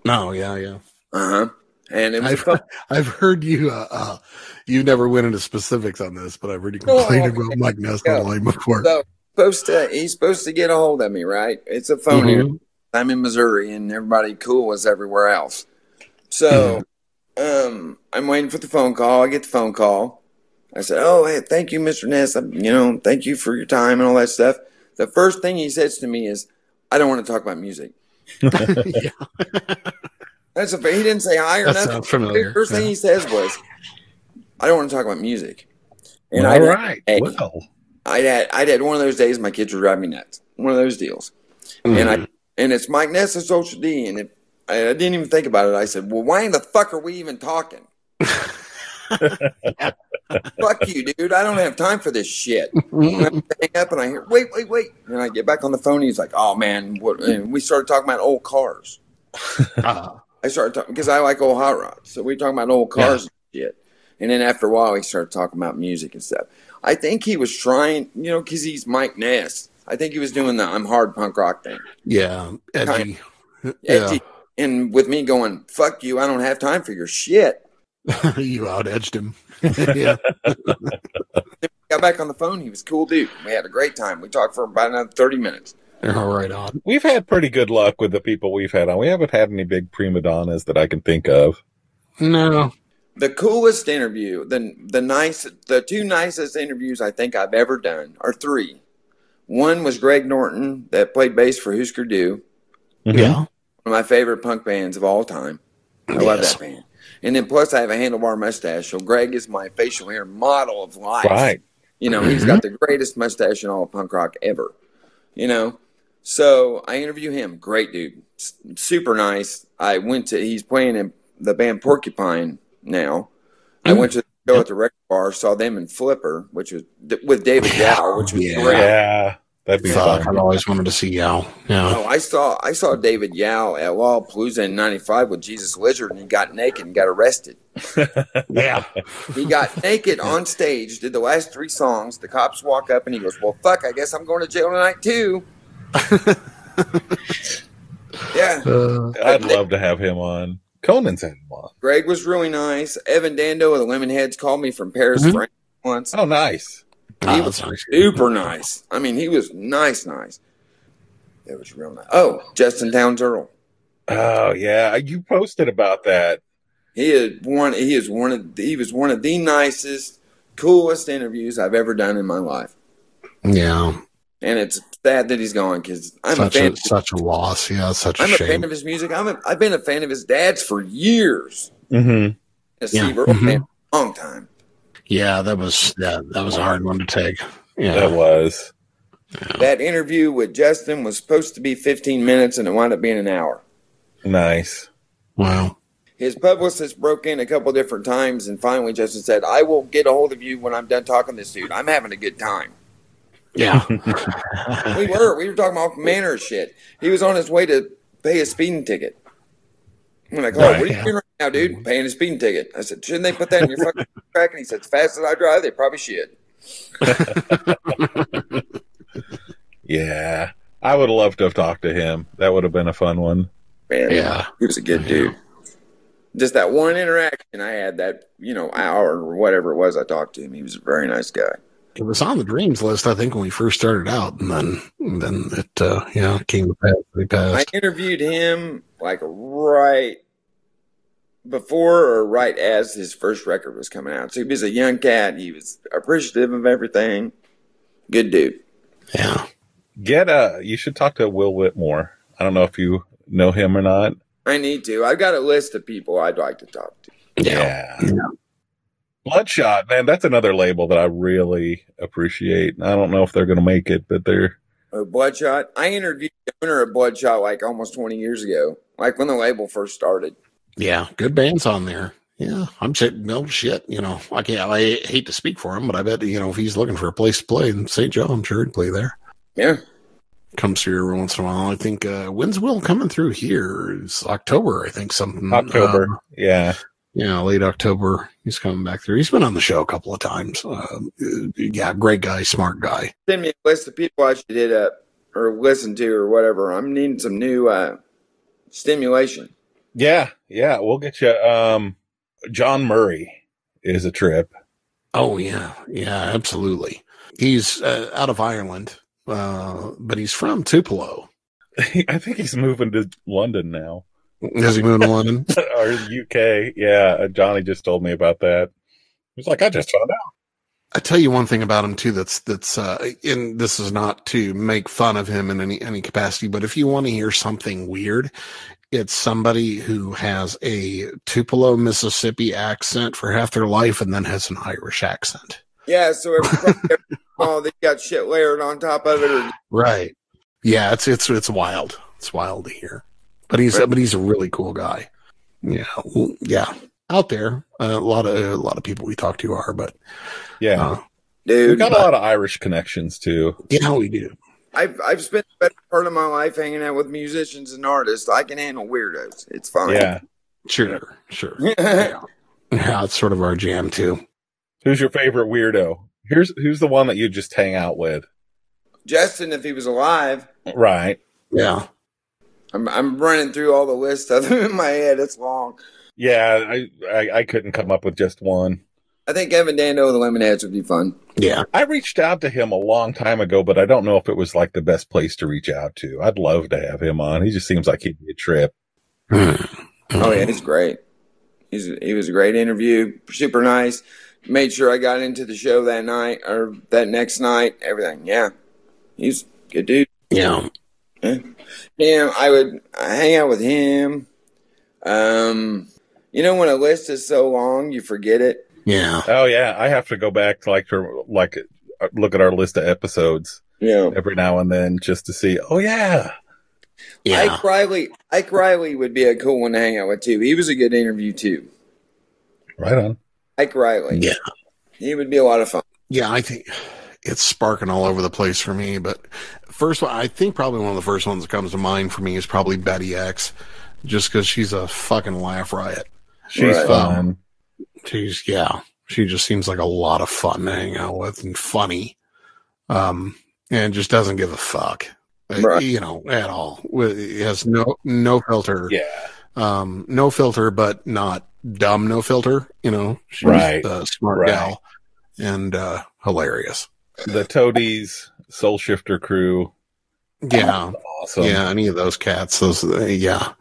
Speaker 2: no, yeah, yeah.
Speaker 4: Uh huh. And it was
Speaker 2: I've I've heard you. Uh, uh, you never went into specifics on this, but I've heard you
Speaker 4: No,
Speaker 2: complain
Speaker 4: okay.
Speaker 2: about Mike Ness
Speaker 4: Yeah.
Speaker 2: not allowing me to work.
Speaker 4: So supposed to he's supposed to get a hold of me, right? It's a phone
Speaker 2: Mhm.
Speaker 4: interview. I'm in Missouri and everybody cool was everywhere else. So
Speaker 2: Mm-hmm.
Speaker 4: um I'm waiting for the phone call. I get the phone call. I said, Oh hey, thank you, Mr. Ness. Um, You know, thank you for your time and all that stuff. The first thing he says to me is, I don't want to talk about music.
Speaker 2: yeah,
Speaker 4: That's a he didn't say hi or
Speaker 2: that
Speaker 4: nothing.
Speaker 2: sounds
Speaker 4: The
Speaker 2: familiar.
Speaker 4: first thing
Speaker 2: Yeah.
Speaker 4: he says was, I don't want to talk about music. And I
Speaker 3: All
Speaker 4: didn't-
Speaker 3: right.
Speaker 4: Hey.
Speaker 3: Well,
Speaker 4: I'd had I'd had one of those days my kids were driving me nuts. One of those deals. And I and it's Mike Ness of Social D and it, I, I didn't even think about it. I said, Well, why in the fuck are we even talking? fuck you, dude. I don't have time for this shit. And I
Speaker 2: Mhm.
Speaker 4: hang up and I hear, wait, wait, wait. And I get back on the phone. He's like, oh, man. What? And we started talking about old cars.
Speaker 2: Ah,
Speaker 4: I started talking because I like old hot rods. So we talking about old cars and shit. And then after a while, he started talking about music and stuff. I think he was trying, you know, because he's Mike Ness. I think he was doing the I'm hard punk rock thing.
Speaker 2: yeah, edgy.
Speaker 4: Edgy. And with me going, fuck you, I don't have time for your shit.
Speaker 2: Yeah, you out edged him. yeah,
Speaker 4: Got back on the phone. He was a cool dude. We had a great time. We talked for about another 30 minutes.
Speaker 2: all right on.
Speaker 3: we've had pretty good luck with the people we've had on. We haven't had any big prima donnas that I can think of.
Speaker 2: No,
Speaker 4: The coolest interview, the the nice, the two nicest interviews I think I've ever done are three. One was Greg Norton that played bass for Husker Du,
Speaker 2: yeah,
Speaker 4: one of my favorite punk bands of all time. I love
Speaker 2: Yes.
Speaker 4: that band. And then plus I have a handlebar mustache, so Greg is my facial hair model of life.
Speaker 3: Right.
Speaker 4: You know, he's got the
Speaker 2: Mm-hmm.
Speaker 4: greatest mustache in all of punk rock ever. You know, so I interview him. Great dude, S- super nice. I went to he's playing in the band Porcupine now. I
Speaker 2: Mm-hmm.
Speaker 4: went to the show at the record bar, saw them in Flipper, which was with David Dow, which was
Speaker 2: Yeah.
Speaker 4: great.
Speaker 3: Yeah. That'd be
Speaker 2: fuck.
Speaker 3: fun.
Speaker 2: I've always wanted to see Yao. Yeah,
Speaker 4: Oh, I saw I saw David Yao at Lollapalooza in '95 with Jesus Lizard, and he got naked and got arrested. Oh,
Speaker 2: yeah.
Speaker 4: He got naked on stage, did the last three songs. The cops walk up, and he goes, "Well, fuck, I guess I'm going to jail tonight too." yeah,
Speaker 2: Uh,
Speaker 3: I'd love to have him on. Conan's had him on.
Speaker 4: Greg was really nice. Evan Dando of the Lemonheads called me from Paris,
Speaker 2: Mhm.
Speaker 4: France once.
Speaker 3: Oh, nice.
Speaker 2: ah, that's nice.
Speaker 4: Super nice. I mean, he was nice, nice. It was real nice. Oh, Justin Towns Earl.
Speaker 3: Oh, yeah. You posted about that.
Speaker 4: He is one. He is one of. He was one of the nicest, coolest interviews I've ever done in my life.
Speaker 2: Yeah,
Speaker 4: And it's sad that he's gone because I'm
Speaker 2: such
Speaker 4: a fan.
Speaker 2: a such a loss. Yeah, such a
Speaker 4: I'm a fan
Speaker 2: shame.
Speaker 4: of his music. I'm. A, I've been a fan of his dad's for years.
Speaker 3: Mm-hmm.
Speaker 4: A
Speaker 2: Yeah.
Speaker 4: Steve Earle
Speaker 2: Mhm.
Speaker 4: fan, long time.
Speaker 2: yeah, that was that, that was a hard one to take. Yeah,
Speaker 3: That was.
Speaker 4: That interview with Justin was supposed to be 15 minutes and it wound up being an hour.
Speaker 3: Nice.
Speaker 2: Wow.
Speaker 4: His publicist broke in a couple different times, and finally Justin said, I will get a hold of you when I'm done talking to this dude. I'm having a good time.
Speaker 2: Yeah.
Speaker 4: We were. We were talking about manner of shit. He was on his way to pay a speeding ticket. I'm like, oh, what are you
Speaker 2: Right.
Speaker 4: doing right now, dude? Paying a speeding ticket. I said, shouldn't they put that in your fucking track? And he said, as fast as I drive, they probably should.
Speaker 3: Yeah. I would love to have talked to him. That would have been a fun one.
Speaker 4: Man,
Speaker 2: yeah.
Speaker 4: he was a good dude. Just that one interaction I had, that you know hour or whatever it was, I talked to him. He was a very nice guy.
Speaker 2: It was on the dreams list, I think, when we first started out, and then and then it uh, yeah it came to pass. It
Speaker 4: I
Speaker 2: passed.
Speaker 4: interviewed him like right before or right as his first record was coming out. So he was a young cat. He was appreciative of everything. Good dude.
Speaker 2: Yeah.
Speaker 3: Get uh you should talk to Will Whitmore. I don't know if you know him or not.
Speaker 4: I need to. I've got a list of people I'd like to talk to.
Speaker 2: Yeah. Yeah.
Speaker 3: Bloodshot, man, that's another label that I really appreciate. I don't know if they're gonna make it, but they're
Speaker 4: Oh, Bloodshot. I interviewed the owner of Bloodshot like almost 20 years ago, like when the label first started.
Speaker 2: Yeah. Good bands on there. Yeah. I'm saying, no shit. You know, I can't, I hate to speak for him, but I bet, you know, if he's looking for a place to play in St. Joe, I'm sure he'd play there.
Speaker 4: Yeah.
Speaker 2: Comes through every once in a while. I think, uh, when's Will coming through here? It's October, I think, something.
Speaker 3: October.
Speaker 2: Um,
Speaker 3: yeah.
Speaker 2: yeah. Late October. He's coming back through. He's been on the show a couple of times. Um, Uh, yeah. Great guy, smart guy.
Speaker 4: Send me a list of people I should hit up or listen to or whatever. I'm needing some new uh, stimulation.
Speaker 3: Yeah, yeah, we'll get you. Um, John Murray is a trip.
Speaker 2: Oh yeah, yeah, absolutely. He's uh, out of Ireland, uh, but he's from Tupelo.
Speaker 3: I think he's moving to London now
Speaker 2: Does he move to London?
Speaker 3: or UK. Yeah, uh, Johnny just told me about that. He's like, I just found out.
Speaker 2: I tell you one thing about him too. That's that's uh, and this is not to make fun of him in any any capacity, but if you want to hear something weird, it's somebody who has a Tupelo, Mississippi accent for half their life, and then has an Irish accent.
Speaker 4: Yeah, so every oh, they got shit layered on top of it. Or,
Speaker 2: Right. Yeah, it's it's it's wild. It's wild to hear. But he's but he's a really cool guy. Yeah, well, yeah. Out there, uh, a lot of a lot of people we talk to are, but
Speaker 3: Yeah,
Speaker 2: uh,
Speaker 3: we
Speaker 4: dude,
Speaker 3: got a lot of Irish connections too.
Speaker 2: yeah, we do.
Speaker 4: I've I've spent the better part of my life hanging out with musicians and artists. I can handle weirdos. It's fine.
Speaker 3: Yeah.
Speaker 2: Sure, sure. yeah. yeah, it's sort of our jam too.
Speaker 3: Who's your favorite weirdo? Here's who's the one that you just hang out with,
Speaker 4: Justin, if he was alive,
Speaker 3: right?
Speaker 2: Yeah,
Speaker 4: I'm I'm running through all the list of them in my head. It's long.
Speaker 3: Yeah, I, I I couldn't come up with just one.
Speaker 4: I think Evan Dando of the Lemonheads would be fun.
Speaker 2: yeah,
Speaker 3: I reached out to him a long time ago, but I don't know if it was like the best place to reach out to. I'd love to have him on. He just seems like he'd be a trip.
Speaker 2: Hmm.
Speaker 4: Oh yeah, he's great. He's he was a great interview. Super nice. Made sure I got into the show that night or that next night. Everything. Yeah, he's a good dude.
Speaker 2: yeah.
Speaker 4: Yeah, I would I hang out with him. Um, you know, when a list is so long, you forget it.
Speaker 2: Yeah,
Speaker 3: Oh yeah, I have to go back to like to like uh, look at our list of episodes
Speaker 4: Yeah,
Speaker 3: every now and then just to see. Oh yeah,
Speaker 2: yeah,
Speaker 4: Ike Riley. Ike Riley would be a cool one to hang out with too. He was a good interview too.
Speaker 3: right on.
Speaker 4: Ike Riley.
Speaker 2: yeah,
Speaker 4: He would be a lot of fun.
Speaker 2: yeah. I think it's sparking all over the place for me. But first one, I think probably one of the first ones that comes to mind for me is probably Betty X, just because she's a fucking laugh riot.
Speaker 3: She's
Speaker 4: Right.
Speaker 3: fun.
Speaker 2: she's yeah she just seems like a lot of fun to hang out with and funny um and just doesn't give a fuck uh,
Speaker 4: Right.
Speaker 2: you know at all Wi- has no no filter
Speaker 3: Yeah,
Speaker 2: um no filter but not dumb no filter you know she's
Speaker 3: Right.
Speaker 2: a smart
Speaker 3: Right.
Speaker 2: gal and uh hilarious
Speaker 3: the Toadies, Soul Shifter crew.
Speaker 2: yeah
Speaker 3: Awesome.
Speaker 2: yeah any of those cats those uh, yeah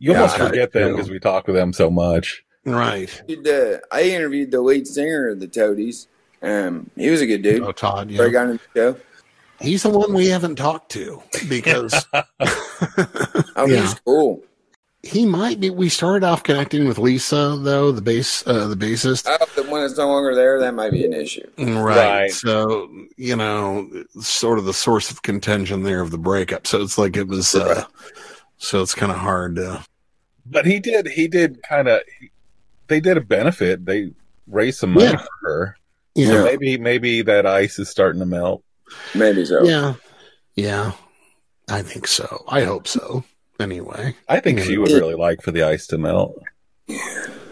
Speaker 3: You almost
Speaker 2: Yeah, I-
Speaker 3: forget them
Speaker 2: yeah.
Speaker 3: because we talk with them so much.
Speaker 2: right
Speaker 4: Did, uh, I interviewed the lead singer of the Toadies. Um, he was a good dude.
Speaker 2: oh todd
Speaker 4: Before I
Speaker 2: yeah
Speaker 4: got into the show.
Speaker 2: he's the one we haven't talked to because
Speaker 4: Oh,
Speaker 2: Yeah.
Speaker 4: he's cool.
Speaker 2: he might be. We started off connecting with Lisa though, the bass, uh, the bassist.
Speaker 4: Oh, the one that's no longer there, that might be an issue.
Speaker 2: Right.
Speaker 3: Right.
Speaker 2: So, you know, sort of the source of contention there of the breakup. So it's like it was, uh, so it's kind of hard to,
Speaker 3: But he did. He did kind of. They did a benefit. They raised some money
Speaker 2: Yeah.
Speaker 3: for her.
Speaker 2: you
Speaker 3: So
Speaker 2: know,
Speaker 3: maybe maybe that ice is starting to melt.
Speaker 4: Maybe so.
Speaker 2: yeah. Yeah. I think so. I hope so. Anyway,
Speaker 3: I think she would
Speaker 4: Yeah.
Speaker 3: really like for the ice to melt.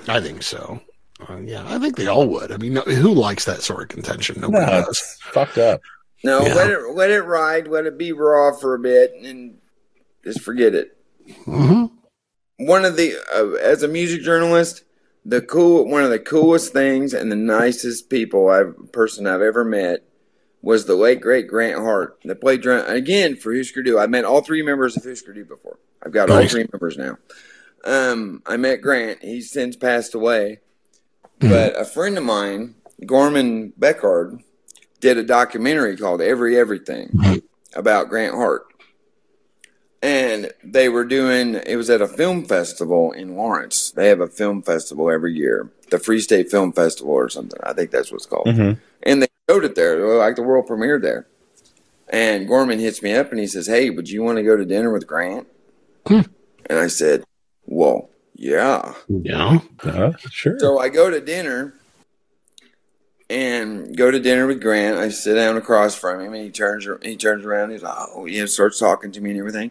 Speaker 2: I think so. Uh, yeah, I think they all would. I mean, no, who likes that sort of contention? Nobody
Speaker 3: No,
Speaker 2: does.
Speaker 3: it's fucked up.
Speaker 4: No,
Speaker 2: Yeah.
Speaker 4: let it let it ride, let it be raw for a bit, and just forget it.
Speaker 2: hmm
Speaker 4: One of the uh, as a music journalist, the cool one of the coolest things and the nicest people I've person I've ever met was the late great Grant Hart that played drum again for Husker Du. I met all three members of Husker Du before. I've got all
Speaker 2: Nice.
Speaker 4: three members now. Um, I met Grant. He's since passed away.
Speaker 2: Mhm.
Speaker 4: But a friend of mine, Gorman Beckard, did a documentary called Every Everything about Grant Hart. And they were doing it was at a film festival in Lawrence. They have a film festival every year, the Free State Film Festival or something. I think that's what it's called
Speaker 3: Mhm.
Speaker 4: and they showed it there, like the world premiere there. And Gorman hits me up and he says, "Hey, would you want to go to dinner with Grant?"
Speaker 2: Hmm.
Speaker 4: And I said, "Well, yeah."
Speaker 2: Yeah.
Speaker 3: Uh, sure.
Speaker 4: So I go to dinner and go to dinner with Grant. I sit down across from him, and he turns he turns around. He's like, "Oh, yeah," starts talking to me and everything.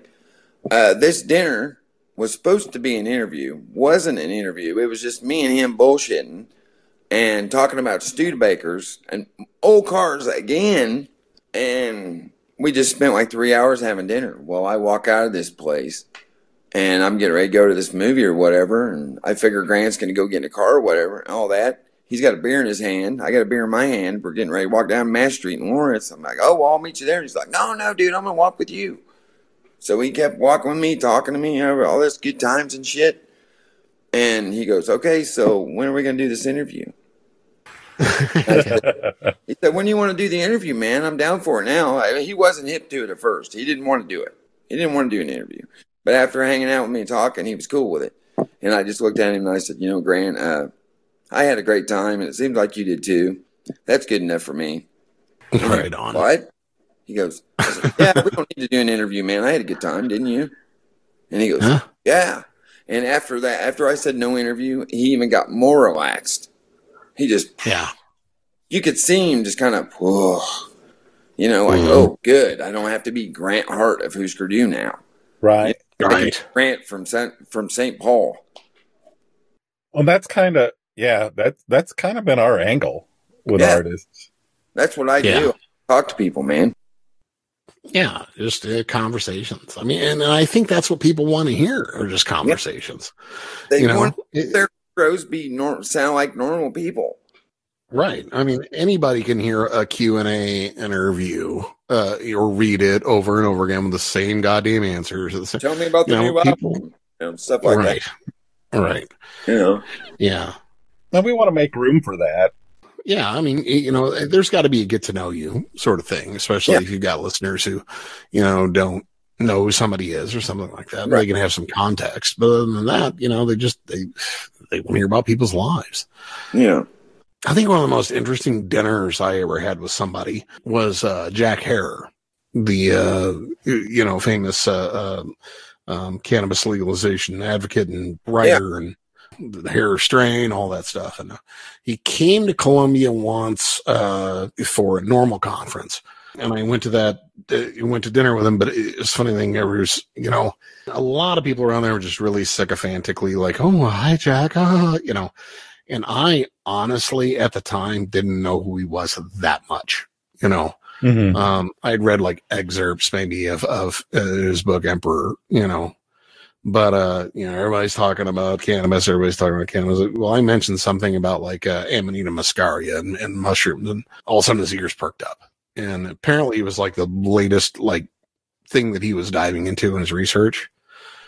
Speaker 4: Uh, this dinner was supposed to be an interview, wasn't an interview. It was just me and him bullshitting and talking about Studebakers and old cars again. And we just spent like three hours having dinner. Well, I walk out of this place and I'm getting ready to go to this movie or whatever. And I figure Grant's going to go get in a car or whatever and all that. He's got a beer in his hand. I got a beer in my hand. We're getting ready to walk down Mass Street in Lawrence. I'm like, oh, well, I'll meet you there. And he's like, no, no, dude, I'm going to walk with you. So he kept walking with me, talking to me, you know, all this good times and shit. And he goes, okay, so when are we going to do this interview? He said, "When do you want to do the interview, man? I'm down for it now." I mean, he wasn't hip to it at first. He didn't want to do it. He didn't want to do an interview. But after hanging out with me and talking, he was cool with it. And I just looked at him and I said, "You know, Grant, uh, I had a great time, and it seems like you did too. That's good enough for me."
Speaker 2: right on.
Speaker 4: What? He goes, I said, "Yeah, we don't need to do an interview, man. I had a good time, didn't you?" And he goes,
Speaker 2: Huh?
Speaker 4: yeah. And after that, after I said no interview, he even got more relaxed. He just,
Speaker 2: Yeah.
Speaker 4: you could see him just kind of, whoa, you know, like,
Speaker 2: Mhm.
Speaker 4: oh, good. I don't have to be Grant Hart of Husker Du now.
Speaker 3: Right.
Speaker 4: I can be
Speaker 2: Right.
Speaker 4: Grant from St. from St. Paul.
Speaker 3: Well, that's kind of yeah. That's that's kind of been our angle with
Speaker 4: Yeah.
Speaker 3: artists.
Speaker 4: That's what I
Speaker 2: Yeah.
Speaker 4: do. Talk to people, man.
Speaker 2: Yeah. Just uh, conversations. I mean, and, and I think that's what people want to hear are just conversations.
Speaker 4: They
Speaker 2: you know,
Speaker 4: want
Speaker 2: It-
Speaker 4: their pros be nor- sound like normal people.
Speaker 2: right. I mean, anybody can hear a Q and A interview uh, or read it over and over again with the same goddamn answers. The same,
Speaker 4: Tell me about the
Speaker 2: You know,
Speaker 4: new
Speaker 2: people-
Speaker 4: album, you know, stuff like
Speaker 2: right. Right.
Speaker 4: that. You know,
Speaker 2: Yeah.
Speaker 3: And we want to make room for that.
Speaker 2: Yeah, I mean, you know, eh, there's got to be a get to know you sort of thing, especially
Speaker 4: Yeah.
Speaker 2: if you've got listeners who, you know, don't know who somebody is or something like that. They
Speaker 4: Right.
Speaker 2: can have some context, but other than that, you know, they just they they want to hear about people's lives.
Speaker 4: yeah,
Speaker 2: I think one of the most interesting dinners I ever had with somebody was uh, Jack Hare, the uh, you know famous uh, uh, um, cannabis legalization advocate and writer and the hair strain, all that stuff. And uh, he came to Columbia once uh, for a normal conference, and I went to that. Uh, went to dinner with him, but it, it's a funny thing. There was, you know, a lot of people around there were just really sycophantically like, "Oh, hi, Jack," ah, you know. And I honestly, at the time, didn't know who he was that much. You know,
Speaker 3: Mm-hmm.
Speaker 2: um, I'd read like excerpts maybe of of uh, his book Emperor, you know, but uh, you know, everybody's talking about cannabis. Everybody's talking about cannabis. Well, I mentioned something about like uh, Amanita muscaria and, and mushrooms, and all of a sudden his ears perked up. And apparently, it was like the latest like thing that he was diving into in his research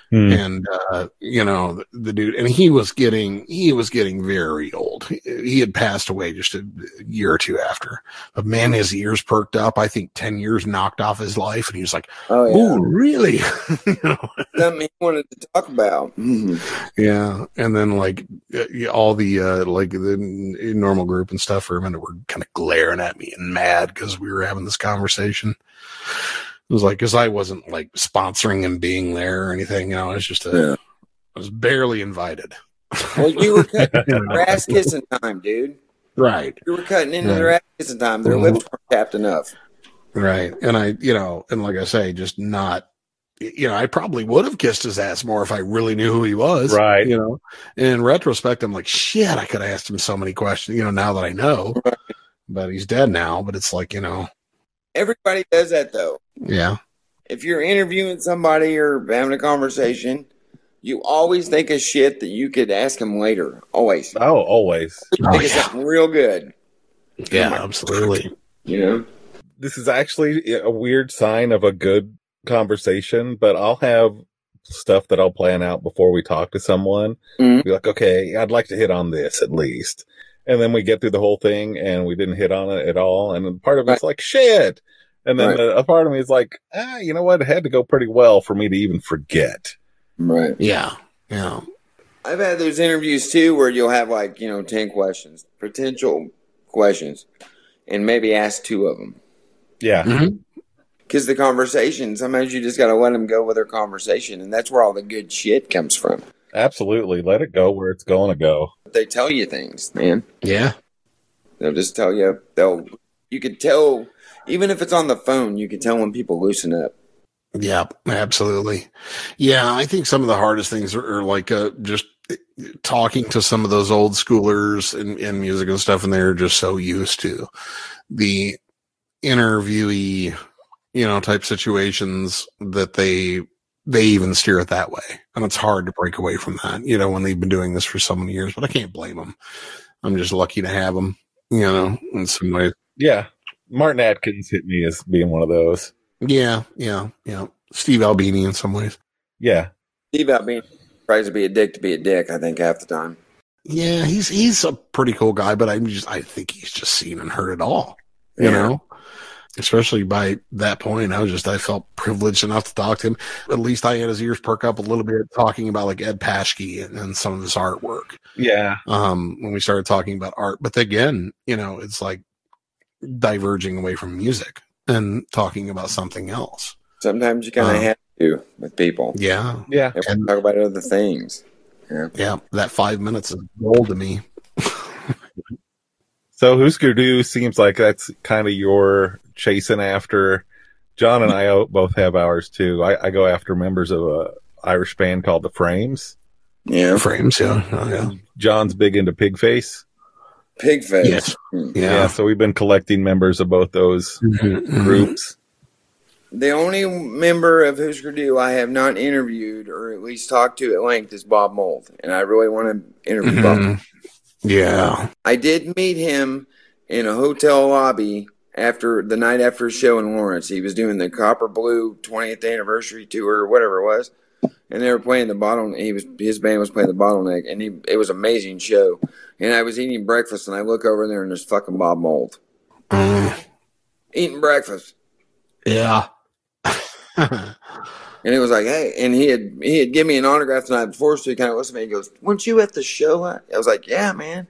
Speaker 3: Hmm.
Speaker 2: Mm-hmm. and uh, you know the, the dude and he was getting he was getting very old he had passed away just a year or two after. But man, his ears perked up. I think 10 years knocked off his life. And he was like,
Speaker 4: Oh yeah,
Speaker 2: oh, really? you know?
Speaker 4: something he wanted to talk about. Mm-hmm.
Speaker 2: Yeah, and then like uh, yeah, all the uh like the n- normal group and stuff for a minute were kind of glaring at me and mad because we were having this conversation. It was like because I wasn't like sponsoring and being there or anything. You know, I was just a,
Speaker 4: Yeah.
Speaker 2: I was barely invited.
Speaker 4: Well, you were cutting their ass kissing time, dude.
Speaker 2: right,
Speaker 4: You were cutting into
Speaker 2: Yeah.
Speaker 4: their ass kissing time. Their
Speaker 2: Mhm.
Speaker 4: lips weren't tapped enough.
Speaker 2: right, and I, you know, and like I say, just not. You know, I probably would have kissed his ass more if I really knew who he was.
Speaker 3: Right.
Speaker 2: You know, and in retrospect, I'm like, shit, I could have asked him so many questions, you know, now that I know.
Speaker 4: Right.
Speaker 2: But he's dead now, but it's like, you know,
Speaker 4: Everybody does that though.
Speaker 2: yeah.
Speaker 4: If you're interviewing somebody or having a conversation, you always think of shit that you could ask them later. Always.
Speaker 3: Oh, always.
Speaker 4: think of something real good.
Speaker 2: Yeah, absolutely.
Speaker 4: You know?
Speaker 3: This is actually a weird sign of a good conversation, but I'll have stuff that I'll plan out before we talk to someone.
Speaker 4: Mhm.
Speaker 3: Be like, okay, I'd like to hit on this at least. And then we get through the whole thing and we didn't hit on it at all. And part of it's like, shit. And then
Speaker 4: Right.
Speaker 3: the- a part of me is like, ah, you know what? It had to go pretty well for me to even forget.
Speaker 4: Right.
Speaker 2: Yeah. Yeah.
Speaker 4: I've had those interviews too where you'll have like, you know, 10 questions, potential questions, and maybe ask two of them.
Speaker 3: Yeah.
Speaker 2: Mm-hmm.
Speaker 4: Because the conversation, sometimes you just got to let them go with their conversation. And that's where all the good shit comes from.
Speaker 3: Absolutely. Let it go where it's going to go.
Speaker 4: They tell you things, man.
Speaker 2: Yeah.
Speaker 4: They'll just tell you. They'll, you could tell, even if it's on the phone, you could tell when people loosen up.
Speaker 2: Yeah. Absolutely. Yeah. I think some of the hardest things are, are like uh, just talking to some of those old schoolers in, in music and stuff, and they're just so used to the interviewee, you know, type situations that they they even steer it that way. And it's hard to break away from that, you know, when they've been doing this for so many years. But I can't blame them. I'm just lucky to have them, you know, in some ways.
Speaker 3: Yeah. Martin Atkins hit me as being one of those.
Speaker 2: Yeah, yeah, yeah. Steve Albini in some ways.
Speaker 3: Yeah.
Speaker 4: See about being tries to be a dick to be a dick, I think, half the time.
Speaker 2: Yeah, he's he's a pretty cool guy, but I'm just I think he's just seen and heard it all. You
Speaker 4: Yeah.
Speaker 2: know? Especially by that point, I was just I felt privileged enough to talk to him. At least I had his ears perk up a little bit talking about like Ed Paschke and, and some of his artwork.
Speaker 3: Yeah.
Speaker 2: Um, when we started talking about art. But again, you know, it's like diverging away from music and talking about something else.
Speaker 4: Sometimes you kind of
Speaker 2: Uh-huh.
Speaker 4: have to with people.
Speaker 2: Yeah.
Speaker 3: Yeah.
Speaker 4: They want
Speaker 2: And-
Speaker 4: to talk about other things.
Speaker 2: Yeah. That five minutes is gold to me.
Speaker 3: So Huskadoo seems like that's kind of your chasing after. John and I o- both have ours too. I, I go after members of a Irish band called The Frames.
Speaker 4: Yeah.
Speaker 2: Frames, yeah. Oh, yeah.
Speaker 3: John's big into Pigface.
Speaker 4: Pig face.
Speaker 2: Yes.
Speaker 4: Hmm.
Speaker 2: Yeah. Mm-hmm.
Speaker 3: So we've been collecting members of both those groups.
Speaker 4: The only member of Husker Du I have not interviewed or at least talked to at length is Bob Mold, and I really want to interview Bob.
Speaker 2: Mhm. Yeah.
Speaker 4: I did meet him in a hotel lobby after the night after a show in Lawrence. He was doing the Copper Blue 20th anniversary tour or whatever it was, and they were playing the bottle. He was his band was playing the bottleneck, and he, it was an amazing show. And I was eating breakfast, and I look over there, and there's fucking Bob Mold
Speaker 2: Mm.
Speaker 4: eating breakfast.
Speaker 2: Yeah.
Speaker 4: And it was like, hey, and he had he had given me an autograph the night before, so he kind of looked at me and goes, "Weren't you at the show?" I I was like, "Yeah, man."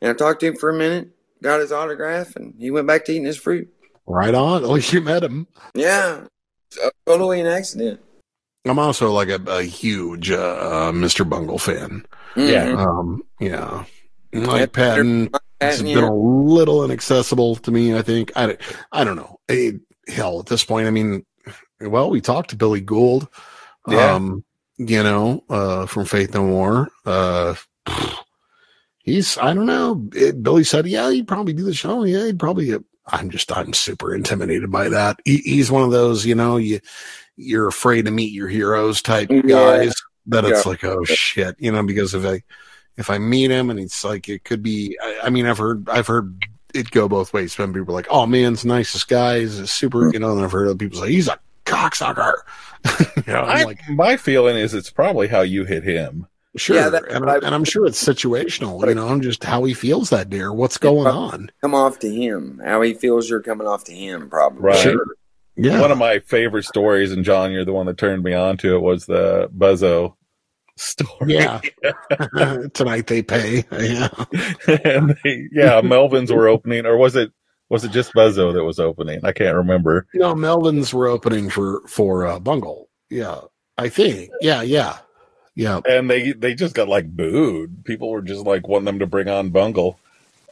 Speaker 4: And I talked to him for a minute, got his autograph, and he went back to eating his fruit.
Speaker 2: right on. At least you met him.
Speaker 4: Yeah, So, totally an accident.
Speaker 2: I'm also like a, a huge uh, uh, Mr. Bungle fan.
Speaker 4: Mm-hmm.
Speaker 3: Yeah.
Speaker 2: Um, yeah.
Speaker 4: Yeah,
Speaker 2: Mike Patton has
Speaker 4: And, you
Speaker 2: been a
Speaker 4: know,
Speaker 2: little inaccessible to me, I think. I, don't- I don't know. Eh, hell, at this point, I mean, well, we talked to Billy Gould.
Speaker 3: Yeah.
Speaker 2: Um, you know, uh, from Faith No More. Uh, he's, I don't know. It, Billy said, yeah, he'd probably do the show. Yeah, he'd probably. I'm just, I'm super intimidated by that. He, he's one of those, you know, you, you're afraid to meet your heroes type
Speaker 4: Yeah.
Speaker 2: guys that it's like, oh shit, you know, because if I, if I meet him and it's like, it could be, I, I mean, I've heard, I've heard it go both ways. Some people are like, oh man, it's the nicest guy. He's a super,
Speaker 4: Mm.
Speaker 2: you know, and I've heard other people say, he's a cocksucker. you know, I'm
Speaker 3: I,
Speaker 2: like,
Speaker 3: my feeling is it's probably how you hit him.
Speaker 2: Sure,
Speaker 4: Yeah, that's
Speaker 2: and,
Speaker 4: what I-
Speaker 2: and I'm sure it's situational. You know, I'm just how he feels that day or what's going on.
Speaker 4: Come off to him. How he feels you're coming off to him, probably.
Speaker 3: Right.
Speaker 2: Sure. Yeah,
Speaker 3: One of my favorite stories, and John, you're the one that turned me on to it, was the Buzzo story.
Speaker 2: yeah. Tonight they pay. Yeah,
Speaker 3: and they, yeah, Melvin's were opening, or was it was it just Buzzo that was opening? I can't remember.
Speaker 2: no, Melvin's were opening for for uh, Bungle. Yeah, I think. Yeah, yeah, yeah.
Speaker 3: And they they just got like booed. People were just like wanting them to bring on Bungle,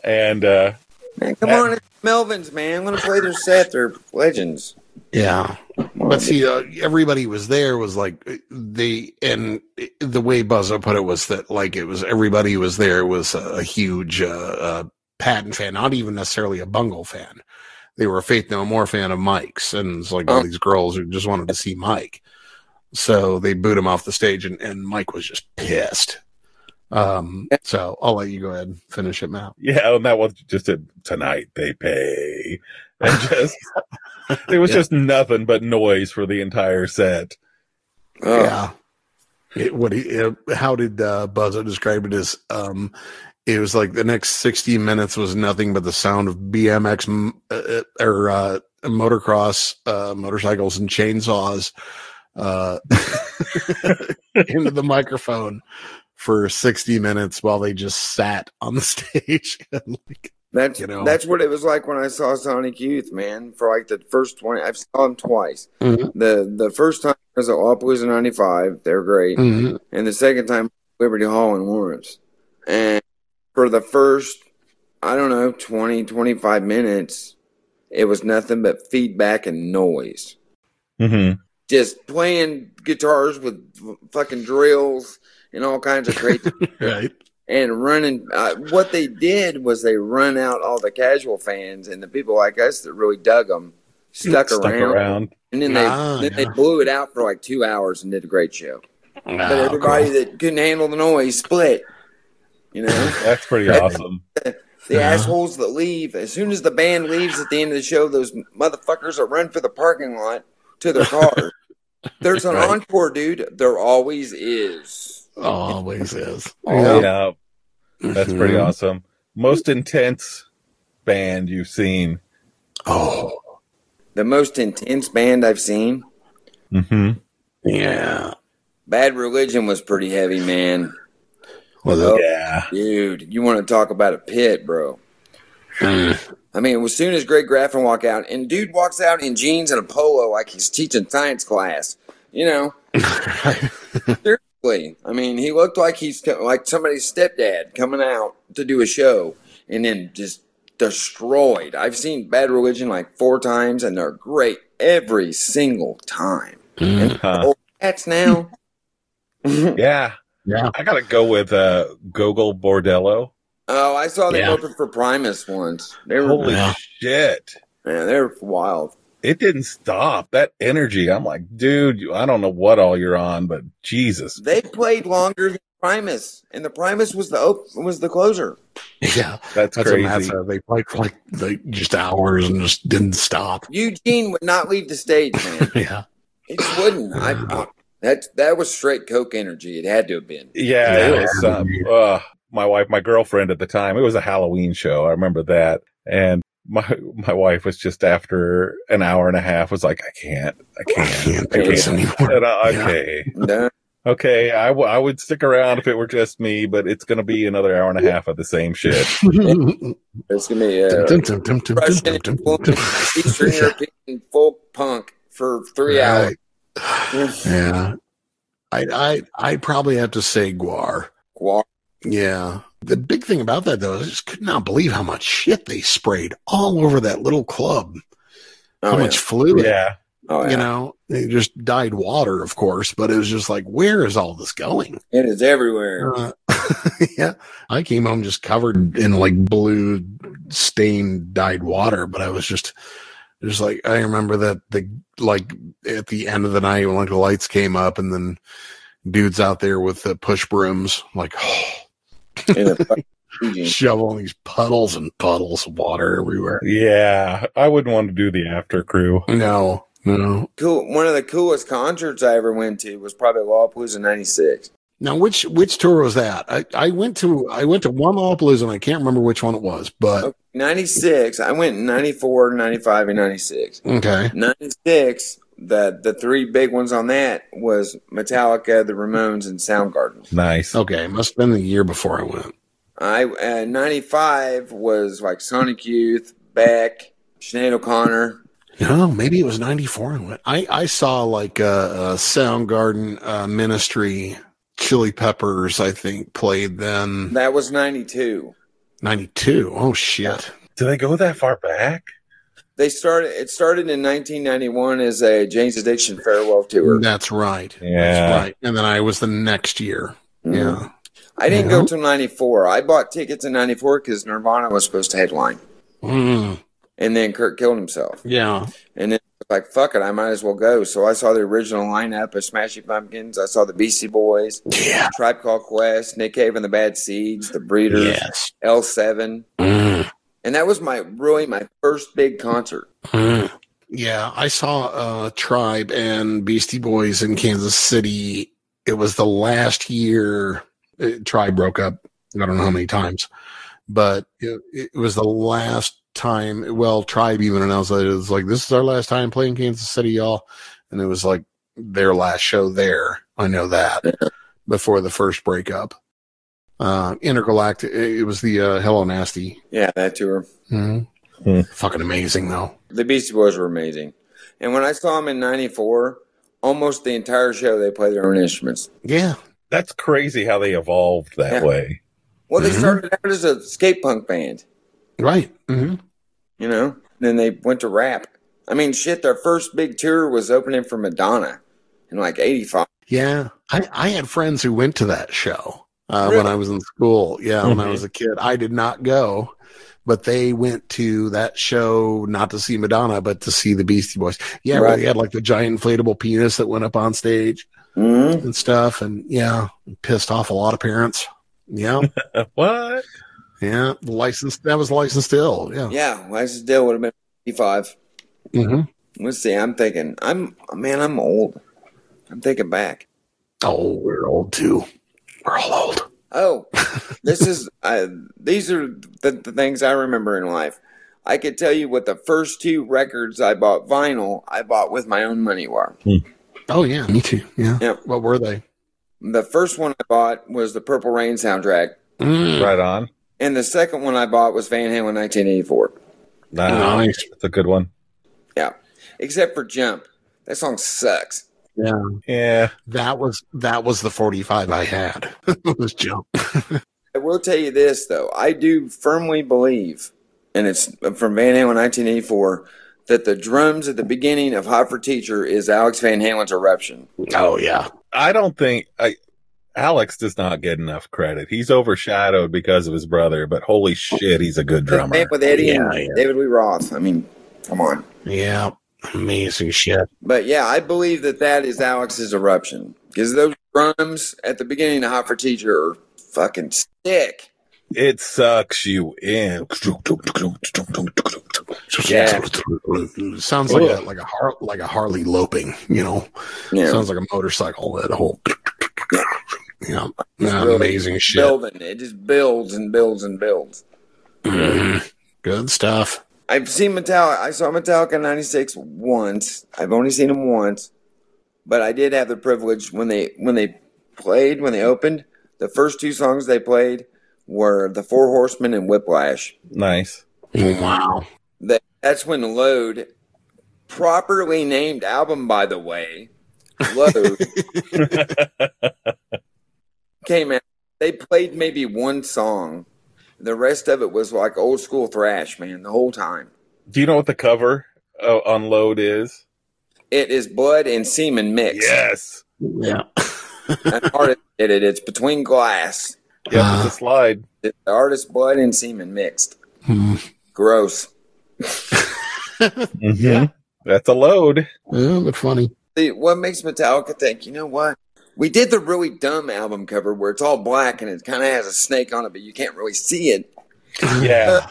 Speaker 3: and uh,
Speaker 4: Man, come on, it's Melvin's man. I'm gonna play their set. They're legends.
Speaker 2: Yeah. But see, uh, everybody was there was like uh, they, and the way Buzzo put it was that like it was everybody was there was a, a huge uh, uh, Patton fan, not even necessarily a Bungle fan. They were a Faith No More fan of Mike's, and it's like all these girls who just wanted to see Mike. So they boot him off the stage, and, and Mike was just pissed. Um, so I'll let you go ahead and finish it, Matt.
Speaker 3: yeah, and that was just a, tonight they pay, and just it was
Speaker 2: Yeah.
Speaker 3: just nothing but noise for the entire set.
Speaker 4: Oh,
Speaker 2: Yeah. It, what he, uh how did uh, Buzzo describe it as? Um, it was like the next 60 minutes was nothing but the sound of BMX m- uh, uh, or uh, motocross, uh, motorcycles, and chainsaws uh, into the microphone for 60 minutes while they just sat on the stage. and like,
Speaker 4: That's
Speaker 2: You know.
Speaker 4: that's what it was like when I saw Sonic Youth, man. For like the first twenty, I've saw him twice.
Speaker 2: Mhm.
Speaker 4: The the first time was at Wapalooza '95. They're great.
Speaker 2: Mm. Mm-hmm.
Speaker 4: and the second time Liberty Hall in Lawrence. And for the first, I don't know, 20, 25 minutes, it was nothing but feedback and noise.
Speaker 3: Mm-hmm.
Speaker 4: Just playing guitars with f- fucking drills and all kinds of crazy
Speaker 2: right.
Speaker 4: and running. Uh, what they did was they run out all the casual fans and the people like us that really dug them stuck,
Speaker 3: Stuck
Speaker 4: around,
Speaker 3: around.
Speaker 4: and then they
Speaker 2: Ah,
Speaker 4: then they
Speaker 2: yeah.
Speaker 4: blew it out for like two hours and did a great show. But
Speaker 2: Ah,
Speaker 4: everybody
Speaker 2: cool.
Speaker 4: that couldn't handle the noise split. You know,
Speaker 3: That's pretty awesome.
Speaker 4: the
Speaker 2: Yeah.
Speaker 4: assholes that leave. As soon as the band leaves at the end of the show, those motherfuckers that run for the parking lot to their car. There's an
Speaker 2: Right.
Speaker 4: encore, dude. There always is.
Speaker 2: always is.
Speaker 4: Yeah.
Speaker 3: yeah. That's pretty
Speaker 2: Mhm.
Speaker 3: awesome. Most intense band you've seen.
Speaker 2: Oh,
Speaker 4: The most intense band I've seen.
Speaker 3: Mm-hmm.
Speaker 2: yeah.
Speaker 4: Bad Religion was pretty heavy, man.
Speaker 2: Was it?
Speaker 4: Oh,
Speaker 3: Yeah.
Speaker 4: Dude, you want to talk about a pit, bro?
Speaker 2: Mm.
Speaker 4: I mean, as soon as Greg Graffin walk out, and dude walks out in jeans and a polo like he's teaching science class. You know, Seriously, I mean, he looked like he's co- like somebody's stepdad coming out to do a show and then just destroyed. I've seen Bad Religion like four times, and they're great every single time.
Speaker 2: Mm.
Speaker 3: Huh.
Speaker 4: That's now.
Speaker 3: Yeah.
Speaker 2: Yeah.
Speaker 3: I gotta go with uh Gogol Bordello.
Speaker 4: oh, I saw them
Speaker 2: Yeah.
Speaker 4: open for Primus once. They were
Speaker 3: Holy
Speaker 2: Yeah.
Speaker 3: shit.
Speaker 4: man, they're wild.
Speaker 3: It didn't stop. That energy. I'm like, dude, you- I don't know what all you're on, but Jesus.
Speaker 4: They played longer than Primus, and the Primus was the op- was the closer.
Speaker 2: Yeah.
Speaker 3: That's,
Speaker 2: That's what Matt
Speaker 3: crazy.
Speaker 2: said. They played for like they just hours and just didn't stop.
Speaker 4: Eugene would not leave the stage, man.
Speaker 2: Yeah.
Speaker 4: he just wouldn't. I, that that was straight coke energy. It had to have been.
Speaker 3: Yeah,
Speaker 2: Yeah.
Speaker 3: it was um, uh, my wife, my girlfriend at the time. It was a Halloween show. I remember that. And my my wife was just after an hour and a half was like, I can't, I
Speaker 2: I
Speaker 3: can't.
Speaker 2: can't do this anymore.
Speaker 3: And I- "Uh,
Speaker 2: Yeah.
Speaker 3: okay.
Speaker 4: No,
Speaker 3: Okay, I, w- I would stick around if it were just me, but it's going to be another hour and a half of the same shit.
Speaker 4: it's gonna be uh,
Speaker 2: Dum, dum, dum, dum, dum, dum, dum, dum, dum.
Speaker 4: Eastern European folk punk for three hours.
Speaker 2: Right. Yeah. I I I'd probably have to say Guar.
Speaker 4: Guar-
Speaker 2: Yeah. The big thing about that though is I just could not believe how much shit they sprayed all over that little club.
Speaker 4: Oh,
Speaker 2: how
Speaker 4: yeah.
Speaker 2: much fluid.
Speaker 3: yeah.
Speaker 4: Oh, yeah.
Speaker 2: You know, it just dyed water, of course, but it was just like, where is all this going?
Speaker 4: it is everywhere.
Speaker 2: Uh, yeah, I came home just covered in like blue stained dyed water, but I was just just like I remember that the like at the end of the night when like the lights came up and then dudes out there with the push brooms like
Speaker 4: in the fucking Eugene.
Speaker 2: shoveling these puddles and puddles of water everywhere.
Speaker 3: Yeah. I wouldn't want to do the after crew.
Speaker 2: No, no,
Speaker 4: Cool. One of the coolest concerts I ever went to was probably Lollapalooza '96.
Speaker 2: Now, which which tour was that? I, I went to I went to one Lollapalooza and I can't remember which one it was, but
Speaker 4: 96, I went in 94, 95, and 96.
Speaker 2: okay,
Speaker 4: 96, the, the three big ones on that was Metallica, the Ramones, and Soundgarden.
Speaker 3: Nice.
Speaker 2: okay, it must have been the year before I went.
Speaker 4: I uh, 95 was like Sonic Youth, Beck, Sinead O'Connor.
Speaker 2: No, maybe it was '94. And went. I I saw like a, a Soundgarden uh, Ministry, Chili Peppers. I think played then
Speaker 4: That was 92.
Speaker 2: '92. Oh shit!
Speaker 3: Do they go that far back?
Speaker 4: They started. It started in 1991 as a Jane's Addiction farewell tour.
Speaker 2: That's right.
Speaker 3: Yeah.
Speaker 2: That's right. And then I was the next year. Yeah.
Speaker 4: Mm. I didn't go till 94. I bought tickets in 94 because Nirvana was supposed to headline,
Speaker 2: Mm,
Speaker 4: and then Kurt killed himself.
Speaker 2: yeah.
Speaker 4: And then I was like, fuck it, I might as well go. So I saw the original lineup of Smashing Pumpkins. I saw the Beastie Boys,
Speaker 2: Yeah.
Speaker 4: Tribe Called Quest, Nick Cave and the Bad Seeds, The Breeders,
Speaker 2: Yes.
Speaker 4: L7,
Speaker 2: Mm,
Speaker 4: and that was my really my first big concert.
Speaker 2: mm. Yeah. I saw uh, Tribe and Beastie Boys in Kansas City. It was the last year uh, Tribe broke up. I don't know how many times, but it, it was the last time. Well, Tribe even announced that it was like, this is our last time playing Kansas City, y'all. And it was like their last show there. I know that before the first breakup. Uh, Intergalactic, it it was the uh, Hello Nasty
Speaker 4: Yeah, that tour.
Speaker 2: Mm-hmm.
Speaker 3: Hmm.
Speaker 2: Fucking amazing though.
Speaker 4: The Beastie Boys were amazing, and when I saw them in '94, almost the entire show they played their own instruments.
Speaker 2: Yeah.
Speaker 3: That's crazy how they evolved
Speaker 4: Yeah.
Speaker 3: that way.
Speaker 4: Well, they
Speaker 2: Mhm.
Speaker 4: started out as a skate punk band,
Speaker 2: Right. Mm-hmm.
Speaker 4: you know. Then they went to rap. I mean, shit. Their first big tour was opening for Madonna in like '85.
Speaker 2: Yeah. I, I had friends who went to that show uh, when
Speaker 4: Really?
Speaker 2: I was in school. Yeah. When I
Speaker 3: Mhm.
Speaker 2: was a kid, I did not go, but they went to that show not to see Madonna, but to see the Beastie Boys. Yeah. Where
Speaker 4: Right.
Speaker 2: they had like the giant inflatable penis that went up on stage
Speaker 4: Mm-hmm.
Speaker 2: and stuff. And yeah, pissed off a lot of parents. Yeah.
Speaker 3: What?
Speaker 2: yeah. The license, that was licensed still. Yeah.
Speaker 4: Yeah, License Deal would have been '85.
Speaker 2: Mm-hmm.
Speaker 4: Let's see. I'm thinking. I'm man. I'm old. I'm thinking back.
Speaker 2: Oh, we're old too. We're all old.
Speaker 4: Oh, this is uh, these are the, the things I remember in life. I could tell you what the first two records I bought vinyl I bought with my own money were.
Speaker 2: Oh yeah, me too. Yeah.
Speaker 4: Yep.
Speaker 2: What were they?
Speaker 4: The first one I bought was the Purple Rain soundtrack,
Speaker 2: Mm.
Speaker 3: Right on.
Speaker 4: and the second one I bought was Van Halen 1984.
Speaker 3: Nah,
Speaker 2: Nice.
Speaker 3: That's a good one.
Speaker 4: Except for Jump, that song sucks.
Speaker 3: Yeah.
Speaker 2: That was that was the forty five I had. it was jump.
Speaker 4: I will tell you this though, I do firmly believe, and it's from Van Halen 1984, that the drums at the beginning of "Hot for Teacher" is Alex Van Halen's Eruption.
Speaker 2: Oh yeah.
Speaker 3: I don't think I Alex does not get enough credit. He's overshadowed because of his brother, but holy shit, he's a good drummer.
Speaker 4: Same with Eddie and
Speaker 2: Yeah, yeah.
Speaker 4: David Lee Roth. I mean, come on.
Speaker 2: Yeah. Amazing shit.
Speaker 4: But yeah, I believe that that is Alex's eruption because those drums at the beginning of Hot for Teacher are fucking sick.
Speaker 3: It sucks you in.
Speaker 4: Yeah.
Speaker 2: Sounds like a
Speaker 3: Ugh.
Speaker 2: like a Har- like a Harley loping, you know.
Speaker 4: Yeah,
Speaker 2: Sounds like a motorcycle that whole Yeah.
Speaker 4: It's
Speaker 2: Yeah,
Speaker 4: really
Speaker 2: amazing shit.
Speaker 4: building. It just builds and builds and builds.
Speaker 2: Mhm. Good stuff.
Speaker 4: I've seen Metallica. I saw Metallica in '96 once. I've only seen them once, but I did have the privilege when they when they played when they opened. The first two songs they played were "The Four Horsemen" and "Whiplash."
Speaker 3: Nice.
Speaker 2: Wow.
Speaker 4: that that's when load properly named album by the way load came out they played maybe one song the rest of it was like old school thrash man the whole time
Speaker 3: Do you know what the cover of Unload is?
Speaker 4: it is blood and semen mixed
Speaker 3: Yes.
Speaker 2: Yeah.
Speaker 4: that artist did it it's between glass
Speaker 3: Yep, it's a slide.
Speaker 4: the artist blood and semen mixed
Speaker 2: Hmm.
Speaker 4: gross
Speaker 3: Yeah. That's a load.
Speaker 2: Yeah, but funny.
Speaker 4: See, what makes Metallica think, you know what? We did the really dumb album cover where it's all black and it kind of has a snake on it, but you can't really see it.
Speaker 3: Yeah.